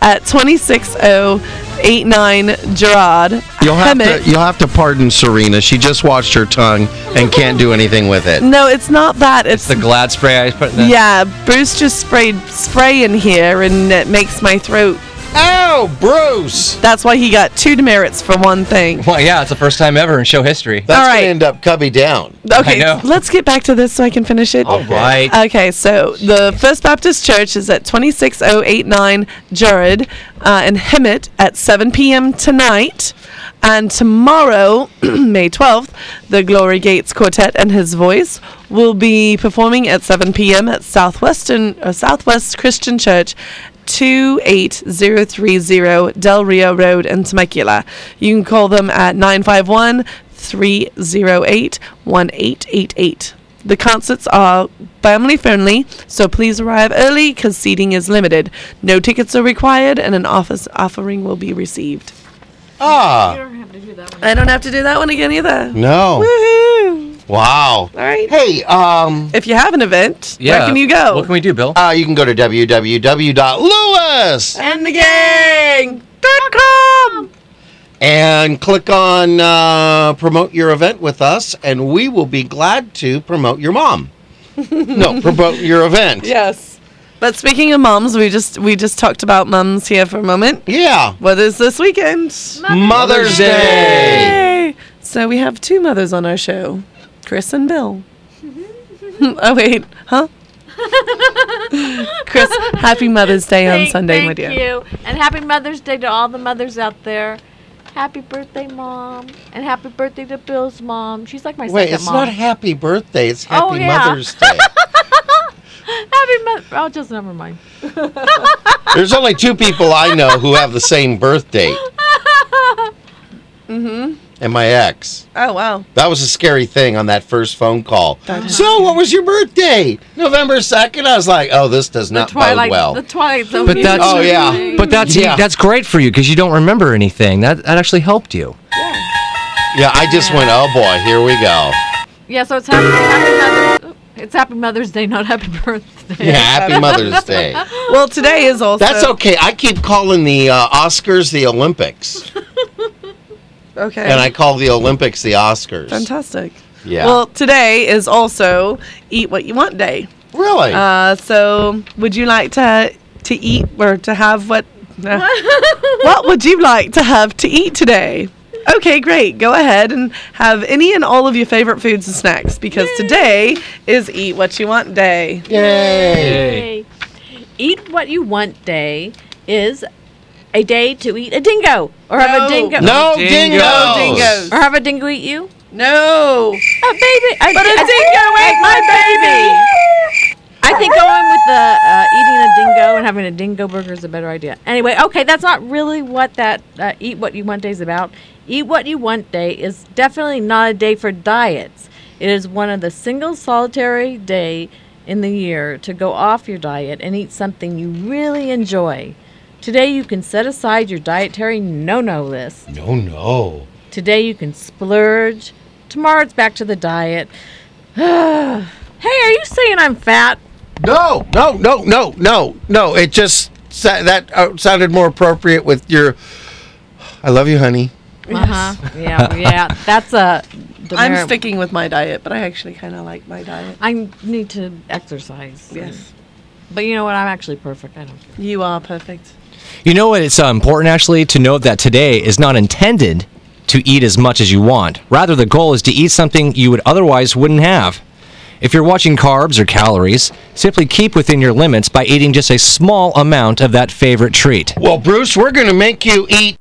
Speaker 3: at 26089 Gerard.
Speaker 16: You'll have
Speaker 3: Hemet.
Speaker 16: to you'll have to pardon Serena. She just washed her tongue and can't do anything with it.
Speaker 3: No, it's not that. It's,
Speaker 4: It's the glad spray I put in the
Speaker 3: yeah. Bruce just sprayed spray in here, and it makes my throat.
Speaker 16: Oh, Bruce!
Speaker 3: That's why he got two demerits for one thing.
Speaker 4: Well, yeah, it's the first time ever in show history. That's
Speaker 3: All right.
Speaker 16: gonna end up cubby down.
Speaker 3: Okay,
Speaker 4: I know. Oh.
Speaker 3: let's get back to this so I can finish it.
Speaker 4: All right.
Speaker 3: Okay, so the First Baptist Church is at 26089 Jared uh, in Hemet at 7 p.m. tonight. And tomorrow, May 12th, the Glory Gates Quartet and His Voice will be performing at 7 p.m. at Southwestern uh, Southwest Christian Church 28030 Del Rio Road in Temecula. You can call them at 951 308 1888. The concerts are family friendly, so please arrive early because seating is limited. No tickets are required, and an office offering will be received.
Speaker 16: Ah,
Speaker 3: I don't have to do that one again either.
Speaker 16: no.
Speaker 3: Woohoo!
Speaker 2: Wow.
Speaker 3: All right.
Speaker 2: Hey, um.
Speaker 3: If you have an event, where can you go?
Speaker 2: we do, Bill? Uh, you can go to www.lewis
Speaker 3: and the gang. Dot com.
Speaker 2: and click on uh, promote your event with us, and we will be glad to promote your mom. no, promote your event.
Speaker 3: Yes. But speaking of moms, we just we just talked about moms here for a moment.
Speaker 2: Yeah.
Speaker 3: What is this weekend?
Speaker 2: Mother's Day.
Speaker 3: Day. So we have two mothers on our show, Chris and Bill. oh wait, huh? Chris, happy Mother's Day on Sunday, my
Speaker 1: Thank
Speaker 3: dear.
Speaker 1: you. And happy Mother's Day to all the mothers out there. Happy birthday, Mom. And happy birthday to Bill's mom. She's like my
Speaker 2: Wait,
Speaker 1: second
Speaker 2: it's
Speaker 1: mom.
Speaker 2: not happy birthday. It's happy
Speaker 1: Oh, yeah.
Speaker 2: Mother's Day.
Speaker 1: happy Mother. Oh, just never mind.
Speaker 2: There's only two people I know who have the same birth date,
Speaker 3: Mm-hmm.
Speaker 2: and my ex.
Speaker 3: Oh wow.
Speaker 2: That was a scary thing on that first phone call.
Speaker 3: That is-
Speaker 2: So, what was your birthday? November 2nd? I was like, oh, this does not bode
Speaker 1: Twilight.
Speaker 2: well.
Speaker 1: The Twilight Zone.
Speaker 4: But that's
Speaker 2: Oh, yeah.
Speaker 4: But that's
Speaker 2: Yeah.
Speaker 4: that's great for you because you don't remember anything. That that actually helped you.
Speaker 2: Yeah, I just went, oh boy, here we go.
Speaker 1: Yeah, so it's happy, happy Mother's. It's Happy Mother's Day, not Happy Birthday.
Speaker 2: Yeah, happy Mother's Day.
Speaker 3: Well, today is also.
Speaker 2: That's okay. I keep calling the uh, Oscars the Olympics,
Speaker 3: Okay.
Speaker 2: and I call the Olympics the Oscars.
Speaker 3: Fantastic.
Speaker 2: Yeah.
Speaker 3: Well, today is also Eat What You Want Day.
Speaker 2: Really?
Speaker 3: Uh, so, would you like to to eat or to have what? uh, what would you like to have to eat today? Okay, great. Go ahead and have any and all of your favorite foods and snacks because today is Eat What You Want Day.
Speaker 2: Yay.
Speaker 1: Eat What You Want Day is a day to eat a dingo or have a
Speaker 3: No.
Speaker 1: dingo.
Speaker 2: No dingoes.
Speaker 3: No dingoes.
Speaker 1: Or have a dingo eat you?
Speaker 3: No.
Speaker 1: A baby. A,
Speaker 3: But a dingo ate my
Speaker 1: baby. I think going with the uh, eating a dingo and having a dingo burger is a better idea. Anyway, okay, that's not really what that uh, Eat What You Want Day is about. Eat What You Want Day is definitely not a day for diets. It is one of the single solitary day in the year to go off your diet and eat something you really enjoy. Today you can set aside your dietary no-no list.
Speaker 2: No, no.
Speaker 1: Today you can splurge. Tomorrow it's back to the diet. hey, are you saying I'm fat?
Speaker 2: No, no, no, no, no, no. It just sa- that uh, sounded more appropriate with your. I love you, honey. Uh-huh.
Speaker 1: Uh huh. Yeah, yeah. That's a.
Speaker 3: I'm
Speaker 1: demerit-
Speaker 3: sticking with my diet, but I actually kind of like my diet.
Speaker 1: I need to exercise.
Speaker 3: Yes.
Speaker 1: But you know what? I'm actually perfect. I don't care.
Speaker 3: You are perfect.
Speaker 4: You know what? It's uh, important actually to note that today is not intended to eat as much as you want. Rather, the goal is to eat something you would otherwise wouldn't have. If you're watching carbs or calories, simply keep within your limits by eating just a small amount of that favorite treat.
Speaker 2: Well, Bruce, we're going to make you eat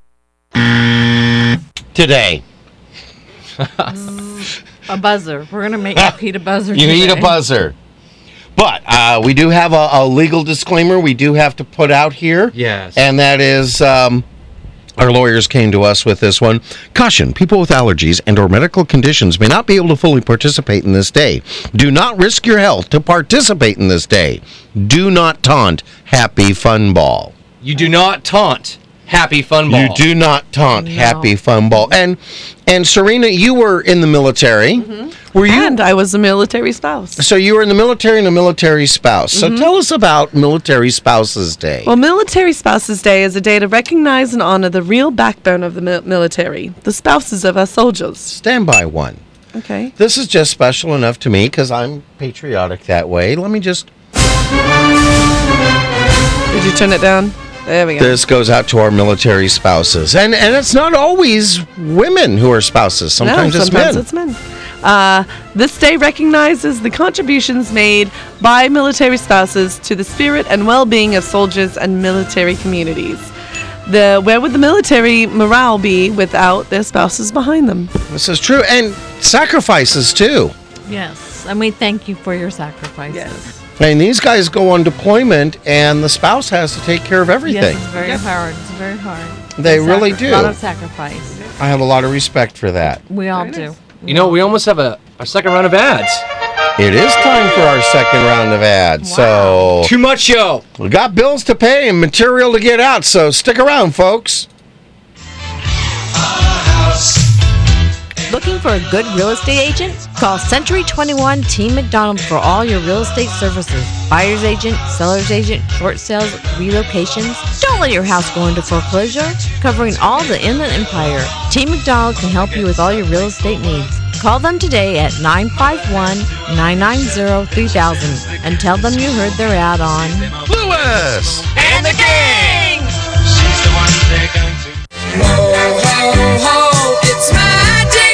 Speaker 2: today.
Speaker 1: A buzzer. We're gonna make you eat a buzzer.
Speaker 2: You eat a
Speaker 1: today.
Speaker 2: buzzer. But uh, we do have a, a legal disclaimer we do have to put out here.
Speaker 4: Yes.
Speaker 2: And that is um, our lawyers came to us with this one. Caution, people with allergies and or medical conditions may not be able to fully participate in this day. Do not risk your health to participate in this day. Do not taunt Happy Fun Ball.
Speaker 4: You do not taunt Happy Fun
Speaker 2: You do not taunt Happy Fun Ball. And and Serena, you were in the military.
Speaker 3: Mm-hmm.
Speaker 2: Were you
Speaker 3: And I was a military spouse.
Speaker 2: So you were in the military and a military spouse. So tell us about Military Spouses Day.
Speaker 3: Mm-hmm. Well, Military Spouses Day is a day to recognize and honor the real backbone of the mil- military, the spouses of our soldiers.
Speaker 2: Stand by one.
Speaker 3: Okay.
Speaker 2: This is just special enough to me because I'm patriotic that way. Let me just.
Speaker 3: Did you turn it down? There we go.
Speaker 2: This goes out to our military spouses, and and it's not always women who are spouses. Sometimes,
Speaker 3: no,
Speaker 2: it's
Speaker 3: sometimes
Speaker 2: men.
Speaker 3: it's men. Uh, this day recognizes the contributions made by military spouses to the spirit and well-being of soldiers and military communities. The where would the military morale be without their spouses behind them?
Speaker 2: This is true, and sacrifices too.
Speaker 1: Yes, and we thank you for your sacrifices. Yes,
Speaker 2: And these guys go on deployment, and the spouse has to take care of everything.
Speaker 1: it's very hard. It's very hard.
Speaker 2: They
Speaker 1: A
Speaker 2: really
Speaker 1: sacri-
Speaker 2: do.
Speaker 1: lot of sacrifice.
Speaker 2: I have a lot of respect for that.
Speaker 1: We all do.
Speaker 4: You know, we almost have a our second round of ads.
Speaker 2: It is time for our second round of ads. So
Speaker 4: Too much show.
Speaker 2: We got bills to pay and material to get out, so stick around, folks.
Speaker 5: house
Speaker 17: Looking for a good real estate agent? Call Century 21 Team McDonald for all your real estate services buyer's agent, seller's agent, short sales, relocations. Don't let your house go into foreclosure. Covering all the Inland Empire, Team McDonald can help you with all your real estate needs. Call them today at 951 990 3000 and tell them you heard their ad on
Speaker 2: Lewis!
Speaker 6: And the gang! She's the one they're going to. Ho, ho, ho, Oh, it's magic.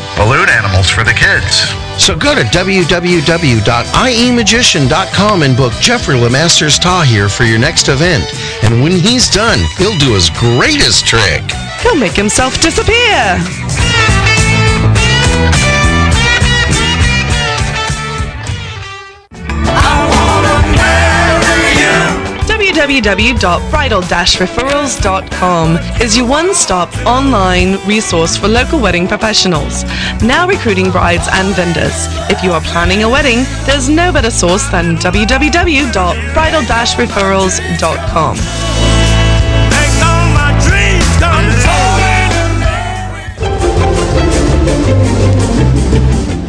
Speaker 18: Balloon animals for the kids.
Speaker 2: So go to E www.iemagician.com and book Jeffrey Lemasters Tahir for your next event. And when he's done, he'll do his greatest trick.
Speaker 19: He'll make himself disappear.
Speaker 3: www.bridal-referrals.com is your one-stop online resource for local wedding professionals, now recruiting brides and vendors. If you are planning a wedding, there's no better source than www.bridal-referrals.com.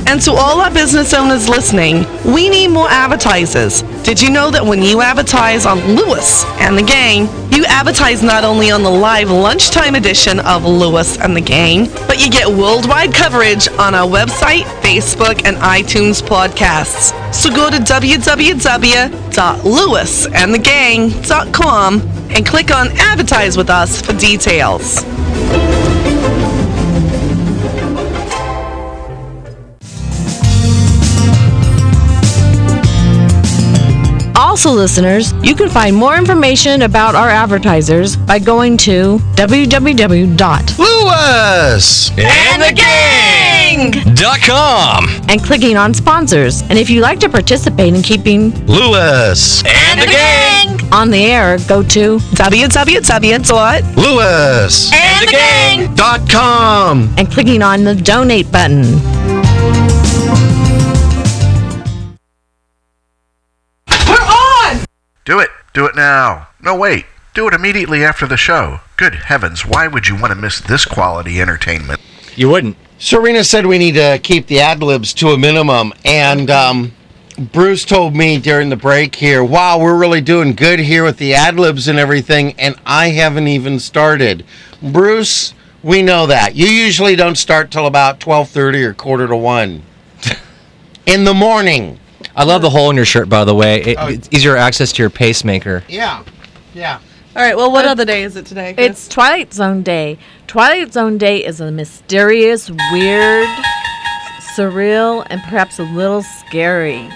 Speaker 3: And to all our business owners listening, we need more advertisers. Did you know that when you advertise on Lewis and the Gang, you advertise not only on the live lunchtime edition of Lewis and the Gang, but you get worldwide coverage on our website, Facebook, and iTunes podcasts. So go to www.lewisandthegang.com and click on Advertise with Us for details.
Speaker 17: Also, listeners, you can find more information about our advertisers by going to www.lewis
Speaker 6: And the gang!
Speaker 17: com and clicking on sponsors. And if you like to participate in keeping
Speaker 2: Lewis
Speaker 6: And the gang!
Speaker 17: on the air, go to
Speaker 2: Lewis
Speaker 6: And the gang!
Speaker 2: dot com
Speaker 17: and clicking on the donate button.
Speaker 18: We're on! Do it. Do it now. No, wait. Do it immediately after the show. Good heavens, why would you want to miss this quality entertainment?
Speaker 4: You wouldn't.
Speaker 2: Serena said we need to keep the ad libs to a minimum. And um, Bruce told me during the break here, wow, we're really doing good here with the ad libs and everything. And I haven't even started. Bruce, we know that. You usually don't start till about 12.30 or quarter to 1 in the morning.
Speaker 4: I love the hole in your shirt, by the way. It, It's easier access to your pacemaker.
Speaker 2: Yeah. Yeah.
Speaker 3: All right, well, what other day is it today?
Speaker 1: It's Twilight Zone Day. Twilight Zone Day is a mysterious, weird, surreal, and perhaps a little scary.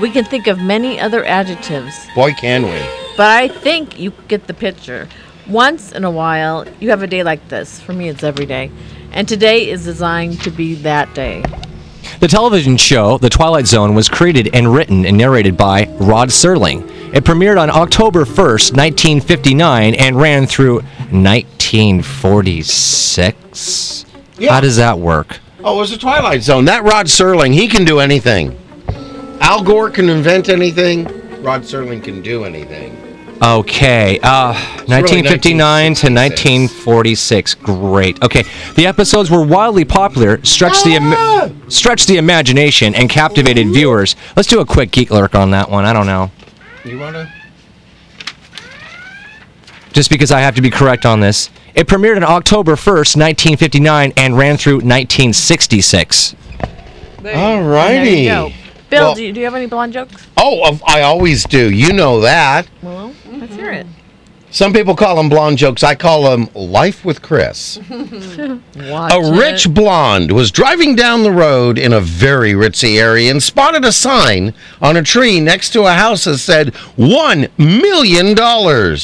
Speaker 1: We can think of many other adjectives,
Speaker 2: Boy, can we.
Speaker 1: but I think you get the picture. Once in a while, you have a day like this. For me, it's every day. And today is designed to be that day.
Speaker 4: The television show The Twilight Zone was created and written and narrated by Rod Serling. It premiered on October 1st, 1959 and ran through 1946. How does that work?
Speaker 2: Oh, it was the Twilight Zone. That Rod Serling, he can do anything. Al Gore can invent anything. Rod Serling can do anything.
Speaker 4: Okay, uh,
Speaker 2: really
Speaker 4: 1959 to 1946. Great. Okay, the episodes were wildly popular, stretched the Im- stretched the imagination, and captivated viewers. Let's do a quick geek lurk on that one. I don't know,
Speaker 2: You wanna?
Speaker 4: just because I have to be correct on this. It premiered on October 1st, 1959, and ran through 1966.
Speaker 2: All
Speaker 1: There
Speaker 2: righty.
Speaker 1: you go. Bill,
Speaker 2: Well-
Speaker 1: do, you, do you have any blonde jokes?
Speaker 2: Oh, of- I always do. You know that.
Speaker 1: Well, let's hear it.
Speaker 2: Some people call them blonde jokes. I call them life with Chris.
Speaker 1: Watch
Speaker 2: Mm-hmm. A rich blonde was driving down the road in a very ritzy area and spotted a sign on a tree next to a house that said $1 million.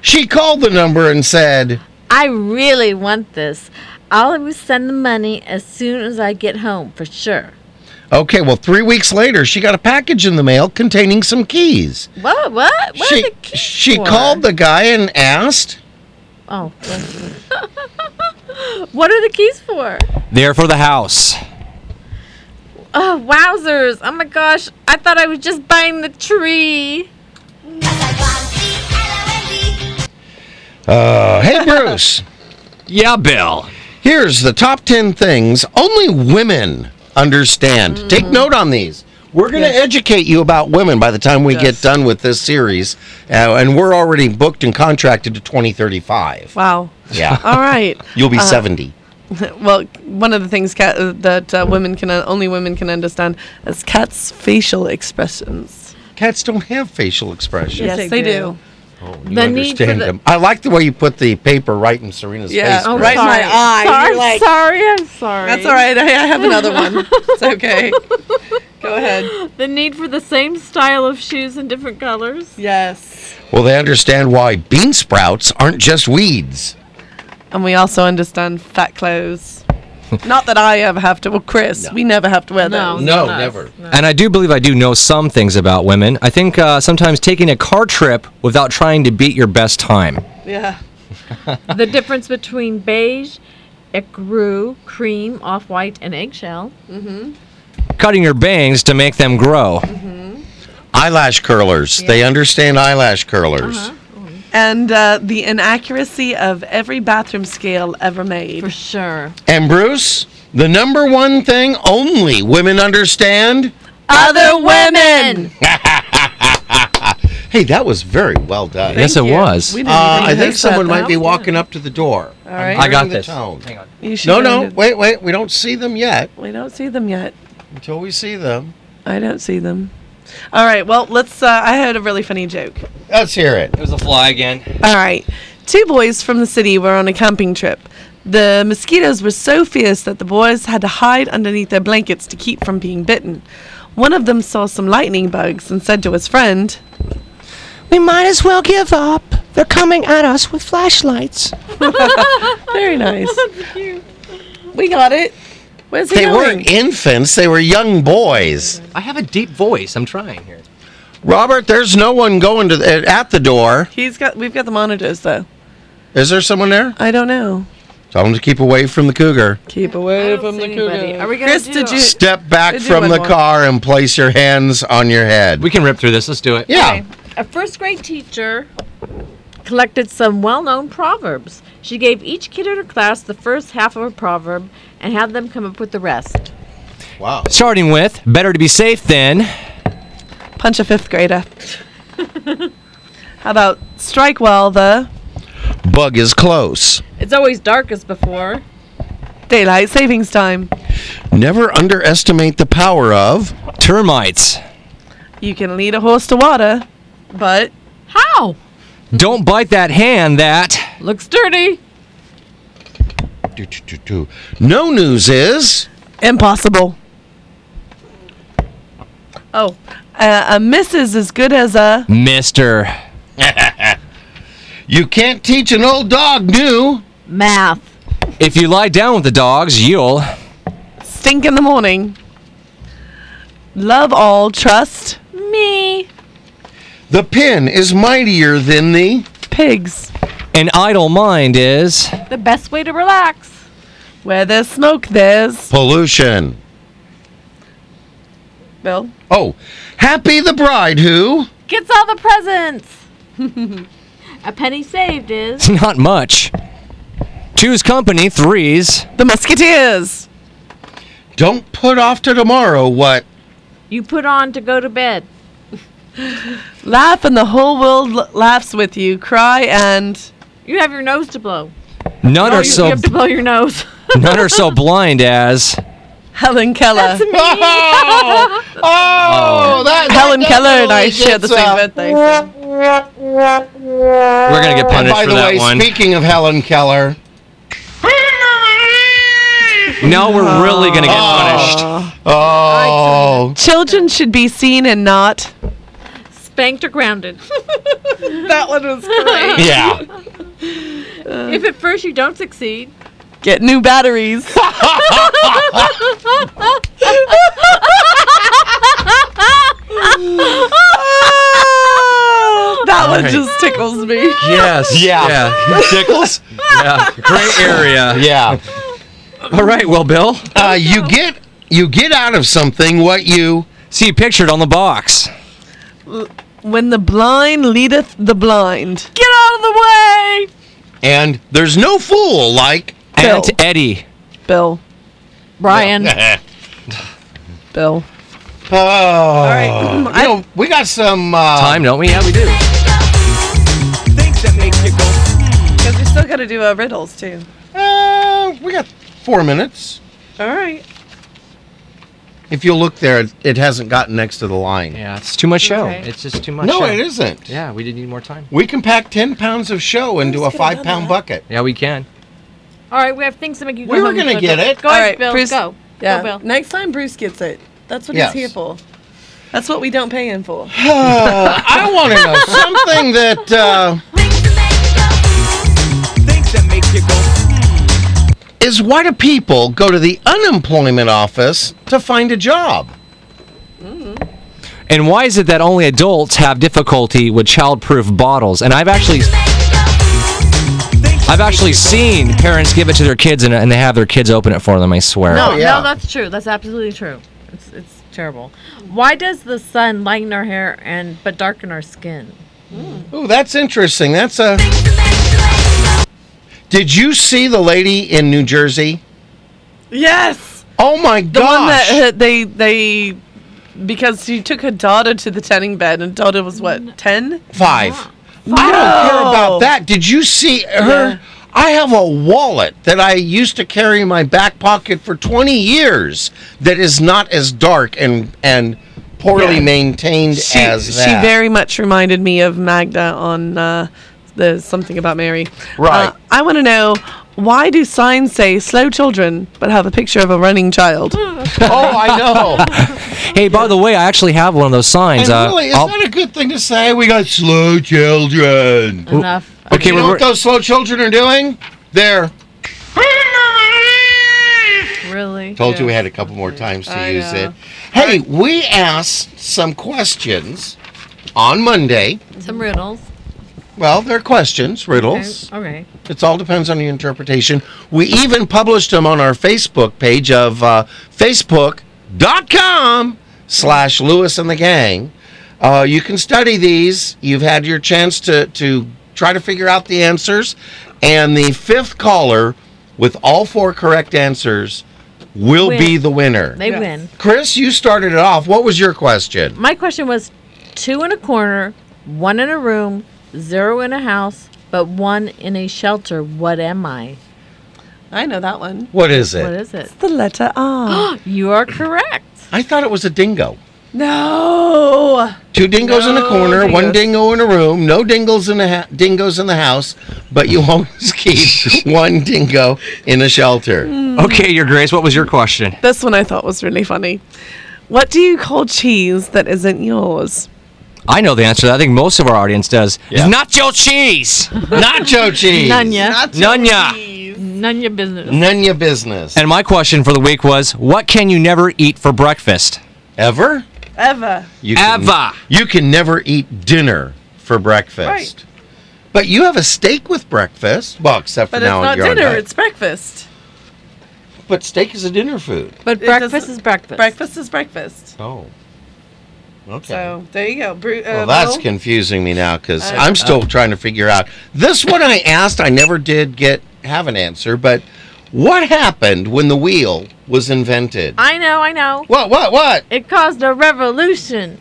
Speaker 2: She called the number and said,
Speaker 1: I really want this. I'll always send the money as soon as I get home, for sure.
Speaker 2: Okay, well, three weeks later, she got a package in the mail containing some keys.
Speaker 1: What? What? What?
Speaker 2: she
Speaker 1: the key
Speaker 2: she
Speaker 1: for?
Speaker 2: called the guy and asked.
Speaker 1: Oh. what are the keys for?
Speaker 4: There for the house.
Speaker 1: Oh, wowzers. Oh my gosh. I thought I was just buying the tree.
Speaker 2: Uh, hey, Bruce.
Speaker 4: yeah, Bill.
Speaker 2: Here's the top 10 things only women understand.
Speaker 3: Mm.
Speaker 2: Take note on these. We're going to educate you about women by the time we get done with this series. Uh, and we're already booked and contracted to 2035.
Speaker 3: Wow.
Speaker 2: Yeah.
Speaker 3: All right.
Speaker 2: You'll be
Speaker 3: Uh,
Speaker 2: 70.
Speaker 3: Well, one of the things cat, uh, that uh, women can uh, only women can understand is cats' facial expressions.
Speaker 2: Cats don't have facial expressions.
Speaker 3: Yes, they, do.
Speaker 2: Oh,
Speaker 3: The need for the-
Speaker 2: them. I like the way you put the paper right in Serena's
Speaker 3: Yeah,
Speaker 2: face.
Speaker 3: oh,
Speaker 2: Chris.
Speaker 3: right in my eye.
Speaker 1: Sorry,
Speaker 3: You're like-
Speaker 1: sorry, I'm sorry.
Speaker 3: That's all right. I, I have another one. It's okay. Go ahead.
Speaker 1: The need for the same style of shoes in different colors.
Speaker 3: Yes.
Speaker 2: Well, they understand why bean sprouts aren't just weeds.
Speaker 3: And we also understand fat clothes. Not that I ever have to. Well, Chris, we never have to wear those.
Speaker 2: No, never.
Speaker 4: And I do believe I do know some things about women. I think uh, sometimes taking a car trip without trying to beat your best time.
Speaker 3: Yeah.
Speaker 1: the difference between beige, ecru, cream, off white, and eggshell. Mm-hmm.
Speaker 4: Cutting your bangs to make them grow.
Speaker 2: Eyelash curlers. They understand eyelash curlers.
Speaker 3: Uh-huh. And uh, the inaccuracy of every bathroom scale ever made. For
Speaker 1: sure.
Speaker 2: And Bruce, the number one thing only women understand.
Speaker 3: Other women.
Speaker 2: Hey, that was very well done.
Speaker 4: Yes, Thank it you. was. We
Speaker 2: Uh,
Speaker 4: didn't even
Speaker 2: I think
Speaker 4: notice that,
Speaker 2: someone might be
Speaker 4: though.
Speaker 2: walking up to the door.
Speaker 3: All right.
Speaker 4: I got
Speaker 2: Hearing the
Speaker 4: this.
Speaker 2: tone.
Speaker 4: Hang on.
Speaker 3: You should
Speaker 2: No,
Speaker 3: go
Speaker 2: no,
Speaker 3: into-
Speaker 2: wait, wait. We don't see them yet.
Speaker 3: We don't see them yet.
Speaker 2: Until we see them.
Speaker 3: I don't see them. All right. Well, let's. Uh, I had a really funny joke.
Speaker 2: Let's hear it. It
Speaker 4: was a fly again.
Speaker 3: All right. Two boys from the city were on a camping trip. The mosquitoes were so fierce that the boys had to hide underneath their blankets to keep from being bitten. One of them saw some lightning bugs and said to his friend,
Speaker 19: We might as well give up. They're coming at us with flashlights.
Speaker 3: Very nice. We got it. Where's he
Speaker 2: They
Speaker 3: going?
Speaker 2: weren't infants, they were young boys.
Speaker 4: I have a deep voice. I'm trying here.
Speaker 2: Robert, there's no one going to the, at the door.
Speaker 3: He's got. We've got the monitors though.
Speaker 2: Is there someone there?
Speaker 3: I don't know.
Speaker 2: Tell them to keep away from the cougar.
Speaker 3: Keep away from the cougar. Are we
Speaker 1: gonna
Speaker 3: Chris, did you
Speaker 2: Step back
Speaker 3: did you
Speaker 2: from
Speaker 3: one
Speaker 2: the
Speaker 3: more?
Speaker 2: car and place your hands on your head. We
Speaker 4: can rip through this. Let's do it.
Speaker 2: Yeah.
Speaker 1: A first grade teacher collected some well known proverbs. She gave each kid in her class the first half of a proverb and had them come up with the rest.
Speaker 2: Wow.
Speaker 4: Starting with better to be safe than.
Speaker 3: punch a fifth grader? How about strike while the
Speaker 2: Bug is close.
Speaker 1: It's always dark as before.
Speaker 3: daylight savings time?
Speaker 2: Never underestimate the power of
Speaker 4: termites.
Speaker 3: You can lead a horse to water, but
Speaker 1: how?
Speaker 4: Don't bite that hand that.
Speaker 1: Looks dirty.
Speaker 2: Do-do-do-do. No news is
Speaker 3: impossible. Oh, uh, a miss is as good as a.
Speaker 4: Mister.
Speaker 2: you can't teach an old dog new
Speaker 1: math.
Speaker 4: If you lie down with the dogs, you'll.
Speaker 3: Stink in the morning. Love all, trust
Speaker 1: me.
Speaker 2: the pin is mightier than the
Speaker 3: pigs.
Speaker 4: An idle mind is.
Speaker 1: The best way to relax.
Speaker 3: Where there's smoke, there's.
Speaker 2: Pollution.
Speaker 3: Bill?
Speaker 2: Oh, happy the bride who
Speaker 1: Gets all the presents. a penny saved
Speaker 4: It's
Speaker 1: is.
Speaker 4: not much. Choose company threes.
Speaker 3: The Musketeers.
Speaker 2: don't put off to tomorrow what
Speaker 1: You put on to go to bed.
Speaker 3: Laugh and the whole world l- laughs with you. Cry and.
Speaker 1: You have your nose to blow.
Speaker 4: None
Speaker 1: No,
Speaker 4: are
Speaker 1: you,
Speaker 4: so.
Speaker 1: you have to blow your nose.
Speaker 4: none are so blind as.
Speaker 3: Helen Keller.
Speaker 1: That's me.
Speaker 2: oh,
Speaker 4: Oh.
Speaker 2: that-
Speaker 3: Helen
Speaker 2: that
Speaker 3: Keller and I
Speaker 2: definitely
Speaker 3: share the
Speaker 2: gets,
Speaker 3: same
Speaker 2: uh,
Speaker 3: birthday.
Speaker 2: We're
Speaker 4: gonna get punished
Speaker 2: by
Speaker 4: for
Speaker 2: the
Speaker 4: that
Speaker 2: way,
Speaker 4: one.
Speaker 2: Speaking of Helen Keller,
Speaker 4: Now we're really gonna get punished.
Speaker 2: Oh.
Speaker 3: Children should be seen and not.
Speaker 1: Spanked or grounded.
Speaker 3: that one was great.
Speaker 2: Yeah.
Speaker 1: if at first you don't succeed.
Speaker 3: Get new batteries. it just tickles me.
Speaker 4: Yes. Yeah. yeah. Tickles? yeah.
Speaker 2: Gray area.
Speaker 4: Yeah.
Speaker 2: All right, well, Bill. Uh, you get you get out of something what you
Speaker 4: see pictured on the box.
Speaker 3: When the blind leadeth the blind.
Speaker 1: Get out of the way!
Speaker 2: And there's no fool like
Speaker 4: Aunt Eddie.
Speaker 3: Bill.
Speaker 1: Brian.
Speaker 3: Bill.
Speaker 2: Oh. All right. Oh, You know, we got some uh,
Speaker 4: time, don't we? Yeah, we do.
Speaker 14: Things that make you go.
Speaker 3: Because we still got to do uh, riddles too.
Speaker 2: Uh, we got four minutes.
Speaker 3: All right.
Speaker 2: If you look there, it- it hasn't gotten next to the line.
Speaker 4: Yeah, it's too much show. It's just too much.
Speaker 2: No,
Speaker 4: show.
Speaker 2: it isn't.
Speaker 4: Yeah, we did need more time.
Speaker 2: We can pack ten pounds of show into a five pound bucket.
Speaker 4: Yeah, we can.
Speaker 1: All right, we have things to make you go
Speaker 2: We were
Speaker 1: home
Speaker 2: gonna
Speaker 1: and
Speaker 2: get
Speaker 1: go-
Speaker 2: it.
Speaker 1: Go
Speaker 2: All
Speaker 1: ahead,
Speaker 2: right,
Speaker 1: Bill.
Speaker 3: Bruce-
Speaker 1: go.
Speaker 3: Yeah.
Speaker 1: Go, Bill.
Speaker 3: Next time, Bruce gets it. That's what
Speaker 2: Yes.
Speaker 3: he's here for. That's what we don't pay him for.
Speaker 2: Uh, I want to know something that uh,
Speaker 14: Things that make you go. hmm.
Speaker 2: is why do people go to the unemployment office to find a job?
Speaker 4: And why is it that only adults have difficulty with childproof bottles? And I've actually I've actually seen parents give it to their kids and, and they have their kids open it for them, I swear.
Speaker 1: No, no, that's true. That's absolutely true. It's, it's terrible. Why does the sun lighten our hair and but darken our skin?
Speaker 2: Ooh, that's interesting. That's a. Did you see the lady in New Jersey?
Speaker 3: Yes.
Speaker 2: Oh my
Speaker 3: The one that
Speaker 2: gosh.
Speaker 3: uh, they they because she took her daughter to the tanning bed and daughter was
Speaker 1: Mm.
Speaker 3: what ten?
Speaker 2: Five. I don't care about that. Did you see her? I have a wallet that I used to carry in my back pocket for 20 years that is not as dark and and poorly
Speaker 3: Yeah.
Speaker 2: maintained
Speaker 3: She,
Speaker 2: as
Speaker 3: she
Speaker 2: that.
Speaker 3: very much reminded me of Magda on uh, the something about Mary.
Speaker 2: Right.
Speaker 3: Uh, I want to know why do signs say slow children but have a picture of a running child?
Speaker 2: oh, I know.
Speaker 4: Hey, by the way, I actually have one of those signs.
Speaker 2: And
Speaker 4: uh,
Speaker 2: really, it's
Speaker 4: I'll-
Speaker 2: not a good thing to say. We got slow children.
Speaker 1: Enough.
Speaker 2: Okay,
Speaker 4: Okay,
Speaker 2: you
Speaker 4: we're-
Speaker 2: know what those slow children are doing? They're
Speaker 1: Really?
Speaker 2: Told you we had a couple more times to
Speaker 1: Mm-hmm. I
Speaker 2: use
Speaker 1: know.
Speaker 2: it. Hey, we asked some questions on Monday.
Speaker 1: Some riddles.
Speaker 2: Well, they're questions, riddles.
Speaker 1: Okay.
Speaker 2: It's all depends on the interpretation. We even published them on our Facebook page of uh, facebook.com slash Lewis and the Gang. Uh, you can study these. You've had your chance to, to try to figure out the answers. And the fifth caller with all four correct answers will
Speaker 1: Win.
Speaker 2: be the winner.
Speaker 1: They Yes. win.
Speaker 2: Chris, you started it off. What was your question?
Speaker 1: My question was two in a corner, one in a room, zero in a house, but one in a shelter. What am I?
Speaker 3: I know that one.
Speaker 2: What is it?
Speaker 1: What is it?
Speaker 3: The letter R.
Speaker 1: you are correct.
Speaker 2: I thought it was a dingo.
Speaker 3: no.
Speaker 2: Two dingoes in a
Speaker 3: No
Speaker 2: corner, one dingo
Speaker 3: dingoes.
Speaker 2: in a room, no dingles in the ha- dingoes in the house, but you always keep one dingo in a shelter.
Speaker 3: Mm.
Speaker 4: okay, Your Grace, what was your question?
Speaker 3: This one I thought was really funny. What do you call cheese that isn't yours?
Speaker 4: I know the answer to that. I think most of our audience does. Nacho cheese!
Speaker 2: Nacho cheese.
Speaker 1: Nunya.
Speaker 4: Nunya!
Speaker 1: None your business.
Speaker 2: None your business.
Speaker 4: And my question for the week was what can you never eat for breakfast?
Speaker 2: Ever?
Speaker 3: Ever.
Speaker 2: You can,
Speaker 4: Ever.
Speaker 2: You can never eat dinner for breakfast.
Speaker 3: Right.
Speaker 2: But you have a steak with breakfast. Well, except for
Speaker 3: But
Speaker 2: now
Speaker 3: it's not
Speaker 2: you're on
Speaker 3: dinner,
Speaker 2: diet.
Speaker 3: it's breakfast.
Speaker 2: But steak is a dinner food.
Speaker 1: But
Speaker 3: It
Speaker 1: breakfast
Speaker 3: doesn't-
Speaker 1: is breakfast.
Speaker 3: Breakfast is breakfast.
Speaker 2: Oh. Okay.
Speaker 3: So there you go. Bru- uh,
Speaker 2: Well, that's
Speaker 3: Bill?
Speaker 2: confusing me now because
Speaker 3: Uh,
Speaker 2: I'm still trying to figure out. This one I asked, I never did get have an answer, but what happened when the wheel was invented?
Speaker 1: I know, I know.
Speaker 2: What, what, what?
Speaker 1: It caused a revolution.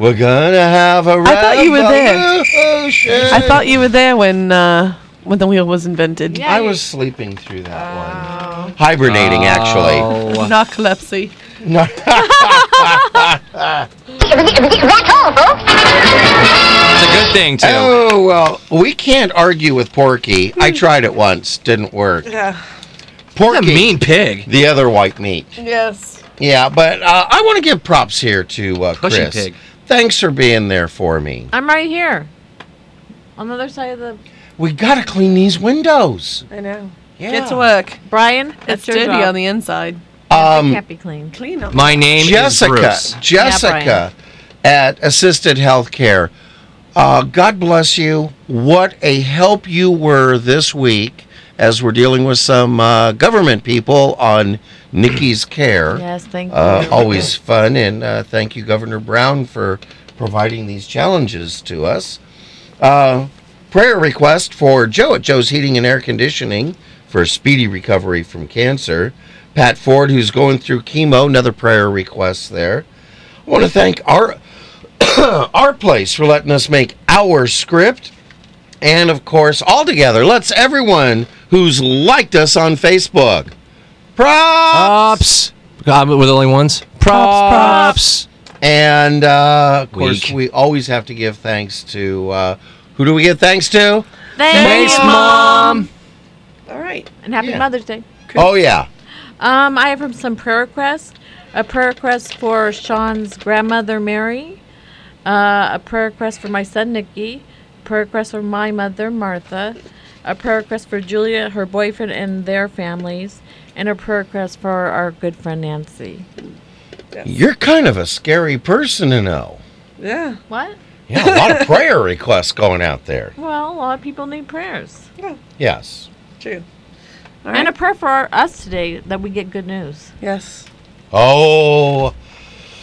Speaker 2: We're gonna have a
Speaker 3: I thought you were there.
Speaker 2: revolution.
Speaker 3: I thought you were there when uh, when the wheel was invented.
Speaker 2: I was sleeping through that
Speaker 3: Oh.
Speaker 2: one. Hibernating,
Speaker 4: Oh.
Speaker 2: actually.
Speaker 3: Narcolepsy.
Speaker 2: No.
Speaker 4: It's a good thing, too.
Speaker 2: Oh well, we can't argue with Porky. I tried it once, didn't work.
Speaker 3: Hmm. Yeah.
Speaker 2: Porky,
Speaker 4: mean pig.
Speaker 2: the other white meat.
Speaker 3: Yes.
Speaker 2: Yeah, but uh, I want to give props here to uh,
Speaker 4: Pushing
Speaker 2: Chris.
Speaker 4: pig.
Speaker 2: Thanks for being there for me.
Speaker 1: I'm right here. On the other side of the.
Speaker 2: We gotta clean these windows.
Speaker 3: I know.
Speaker 2: Yeah.
Speaker 3: Get to work.
Speaker 1: Brian, that's
Speaker 3: It's
Speaker 1: your
Speaker 3: dirty
Speaker 1: job.
Speaker 3: on the inside.
Speaker 1: It
Speaker 2: Um,
Speaker 1: can't be clean.
Speaker 3: Clean up.
Speaker 4: My name
Speaker 2: Jessica,
Speaker 4: is Bruce.
Speaker 1: Yeah, Brian.
Speaker 2: Jessica, at Assisted Healthcare. Uh, God bless you. What a help you were this week as we're dealing with some uh, government people on Nikki's care.
Speaker 1: Yes, thank
Speaker 2: Uh,
Speaker 1: you.
Speaker 2: always fun, and uh, thank you, Governor Brown, for providing these challenges to us. Uh, prayer request for Joe at Joe's Heating and Air Conditioning for speedy recovery from cancer. Pat Ford, who's going through chemo, another prayer request there. I want to thank our our place for letting us make our script. And of course, all together, let's everyone who's liked us on Facebook. Props!
Speaker 4: God, Uh, we're the only ones.
Speaker 2: Props! And uh, of course, we always have to give thanks to uh, who do we give thanks to?
Speaker 1: Thanks, Mom.
Speaker 3: All right.
Speaker 1: And happy
Speaker 2: Yeah.
Speaker 1: Mother's Day.
Speaker 2: Oh, yeah.
Speaker 1: Um, I have from some prayer requests. A prayer request for Sean's grandmother Mary. Uh, a prayer request for my son Nikki. Prayer request for my mother Martha. A prayer request for Julia, her boyfriend, and their families. And a prayer request for our good friend Nancy.
Speaker 2: You're kind of a scary person to know.
Speaker 3: Yeah.
Speaker 1: What?
Speaker 2: Yeah, a lot of prayer requests going out there.
Speaker 1: Well, a lot of people need prayers.
Speaker 3: Yeah.
Speaker 2: Yes.
Speaker 3: True.
Speaker 1: And a prayer for our, us today that we get good news.
Speaker 3: Yes.
Speaker 2: Oh,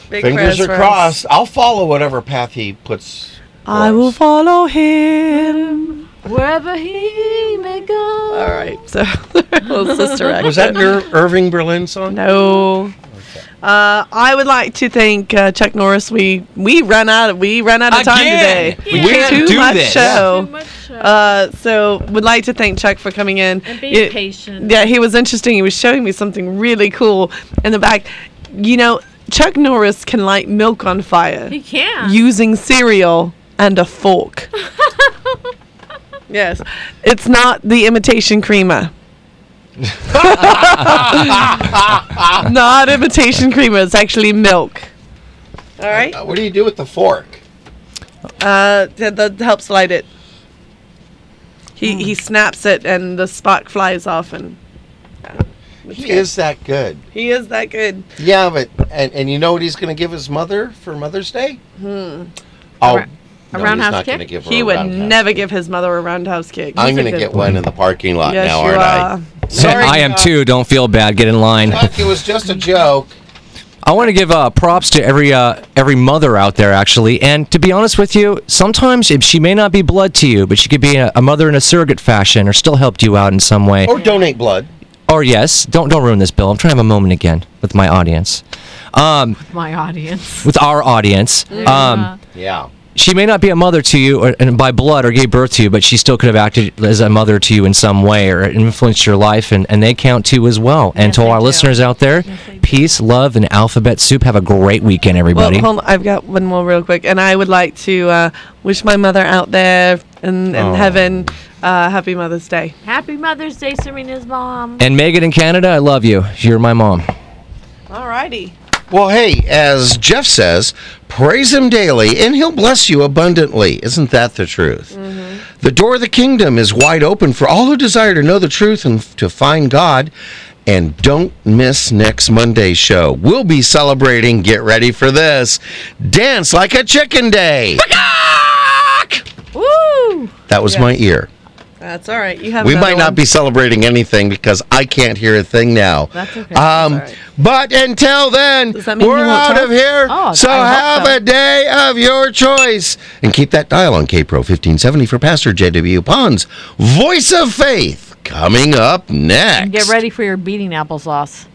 Speaker 1: Big
Speaker 2: fingers
Speaker 1: prayers
Speaker 2: are
Speaker 1: for us.
Speaker 2: crossed. I'll follow whatever path he puts.
Speaker 3: I will follow him.
Speaker 1: Wherever he may go.
Speaker 3: All right. So, little sister act.
Speaker 2: Was that an Ir- Irving Berlin song?
Speaker 3: No. Uh, I would like to thank uh, Chuck Norris. We we ran out of we ran out of time
Speaker 4: Again!
Speaker 3: today.
Speaker 4: We can't
Speaker 3: too
Speaker 4: do
Speaker 3: much
Speaker 4: this.
Speaker 3: show. Uh, so would like to thank Chuck for coming in.
Speaker 1: And be
Speaker 3: It-
Speaker 1: patient.
Speaker 3: Uh, Yeah, he was interesting. He was showing me something really cool in the back. You know, Chuck Norris can light milk on fire
Speaker 1: He can.
Speaker 3: using cereal and a fork. yes, it's not the imitation creamer. not imitation creamer. It's actually milk. All right.
Speaker 2: what do you do with the fork?
Speaker 3: Uh, that, that helps light it. He he snaps it and the spark flies off and.
Speaker 2: He is that good.
Speaker 3: He is that good.
Speaker 2: Yeah, but and, and you know what he's going to give his mother for Mother's Day?
Speaker 3: Hmm.
Speaker 2: Oh,
Speaker 3: Ra-
Speaker 2: no, he's not gonna give her
Speaker 3: He
Speaker 2: a
Speaker 3: would
Speaker 2: roundhouse.
Speaker 3: never give his mother a roundhouse kick.
Speaker 2: I'm
Speaker 3: He's a
Speaker 2: going to
Speaker 3: good
Speaker 2: get
Speaker 3: boy.
Speaker 2: one in the parking lot
Speaker 3: Yes,
Speaker 2: now,
Speaker 3: you
Speaker 2: aren't
Speaker 3: are.
Speaker 2: I? Sorry,
Speaker 4: I am
Speaker 2: uh,
Speaker 4: too. Don't feel bad. Get in line.
Speaker 2: Chuck, it was just a joke.
Speaker 4: I want to give uh, props to every uh, every mother out there, actually. And to be honest with you, sometimes if she may not be blood to you, but she could be a, a mother in a surrogate fashion, or still helped you out in some way.
Speaker 2: Or donate blood.
Speaker 4: Or yes, don't don't ruin this, Bill. I'm trying to have a moment again with my audience, um,
Speaker 1: My audience.
Speaker 4: with our audience.
Speaker 2: Mm.
Speaker 4: Um,
Speaker 2: yeah.
Speaker 4: she may not be a mother to you or, and by blood or gave birth to you, but she still could have acted as a mother to you in some way or influenced your life, and, and they count too as well. and to all our listeners out there, peace, love, and alphabet soup. Have a great weekend, everybody.
Speaker 3: Well, hold on. I've got one more real quick, and I would like to uh, wish my mother out there in, in
Speaker 4: Oh.
Speaker 3: heaven uh, happy Mother's Day.
Speaker 1: Happy Mother's Day, Serena's mom.
Speaker 4: and Megan in Canada, I love you. You're my mom.
Speaker 3: Alrighty.
Speaker 2: Well, hey, as Jeff says, praise him daily and he'll bless you abundantly. Isn't that the truth? The door of the kingdom is wide open for all who desire to know the truth and to find God. And don't miss next Monday's show. We'll be celebrating, get ready for this, Dance Like a Chicken Day.
Speaker 1: Woo!
Speaker 2: That was my ear.
Speaker 3: That's all right. You have.
Speaker 2: we
Speaker 3: another
Speaker 2: might not
Speaker 3: one.
Speaker 2: be celebrating anything because I can't hear a thing now.
Speaker 3: That's okay.
Speaker 2: Um, But until then,
Speaker 3: mean
Speaker 2: we're
Speaker 3: you won't
Speaker 2: out
Speaker 3: talk?
Speaker 2: of here.
Speaker 3: Oh,
Speaker 2: so
Speaker 3: I hope
Speaker 2: have
Speaker 3: so.
Speaker 2: a day of your choice. And keep that dial on KPRO 1570 for Pastor J.W. Pons, Voice of Faith, coming up next.
Speaker 1: And get ready for your beating applesauce.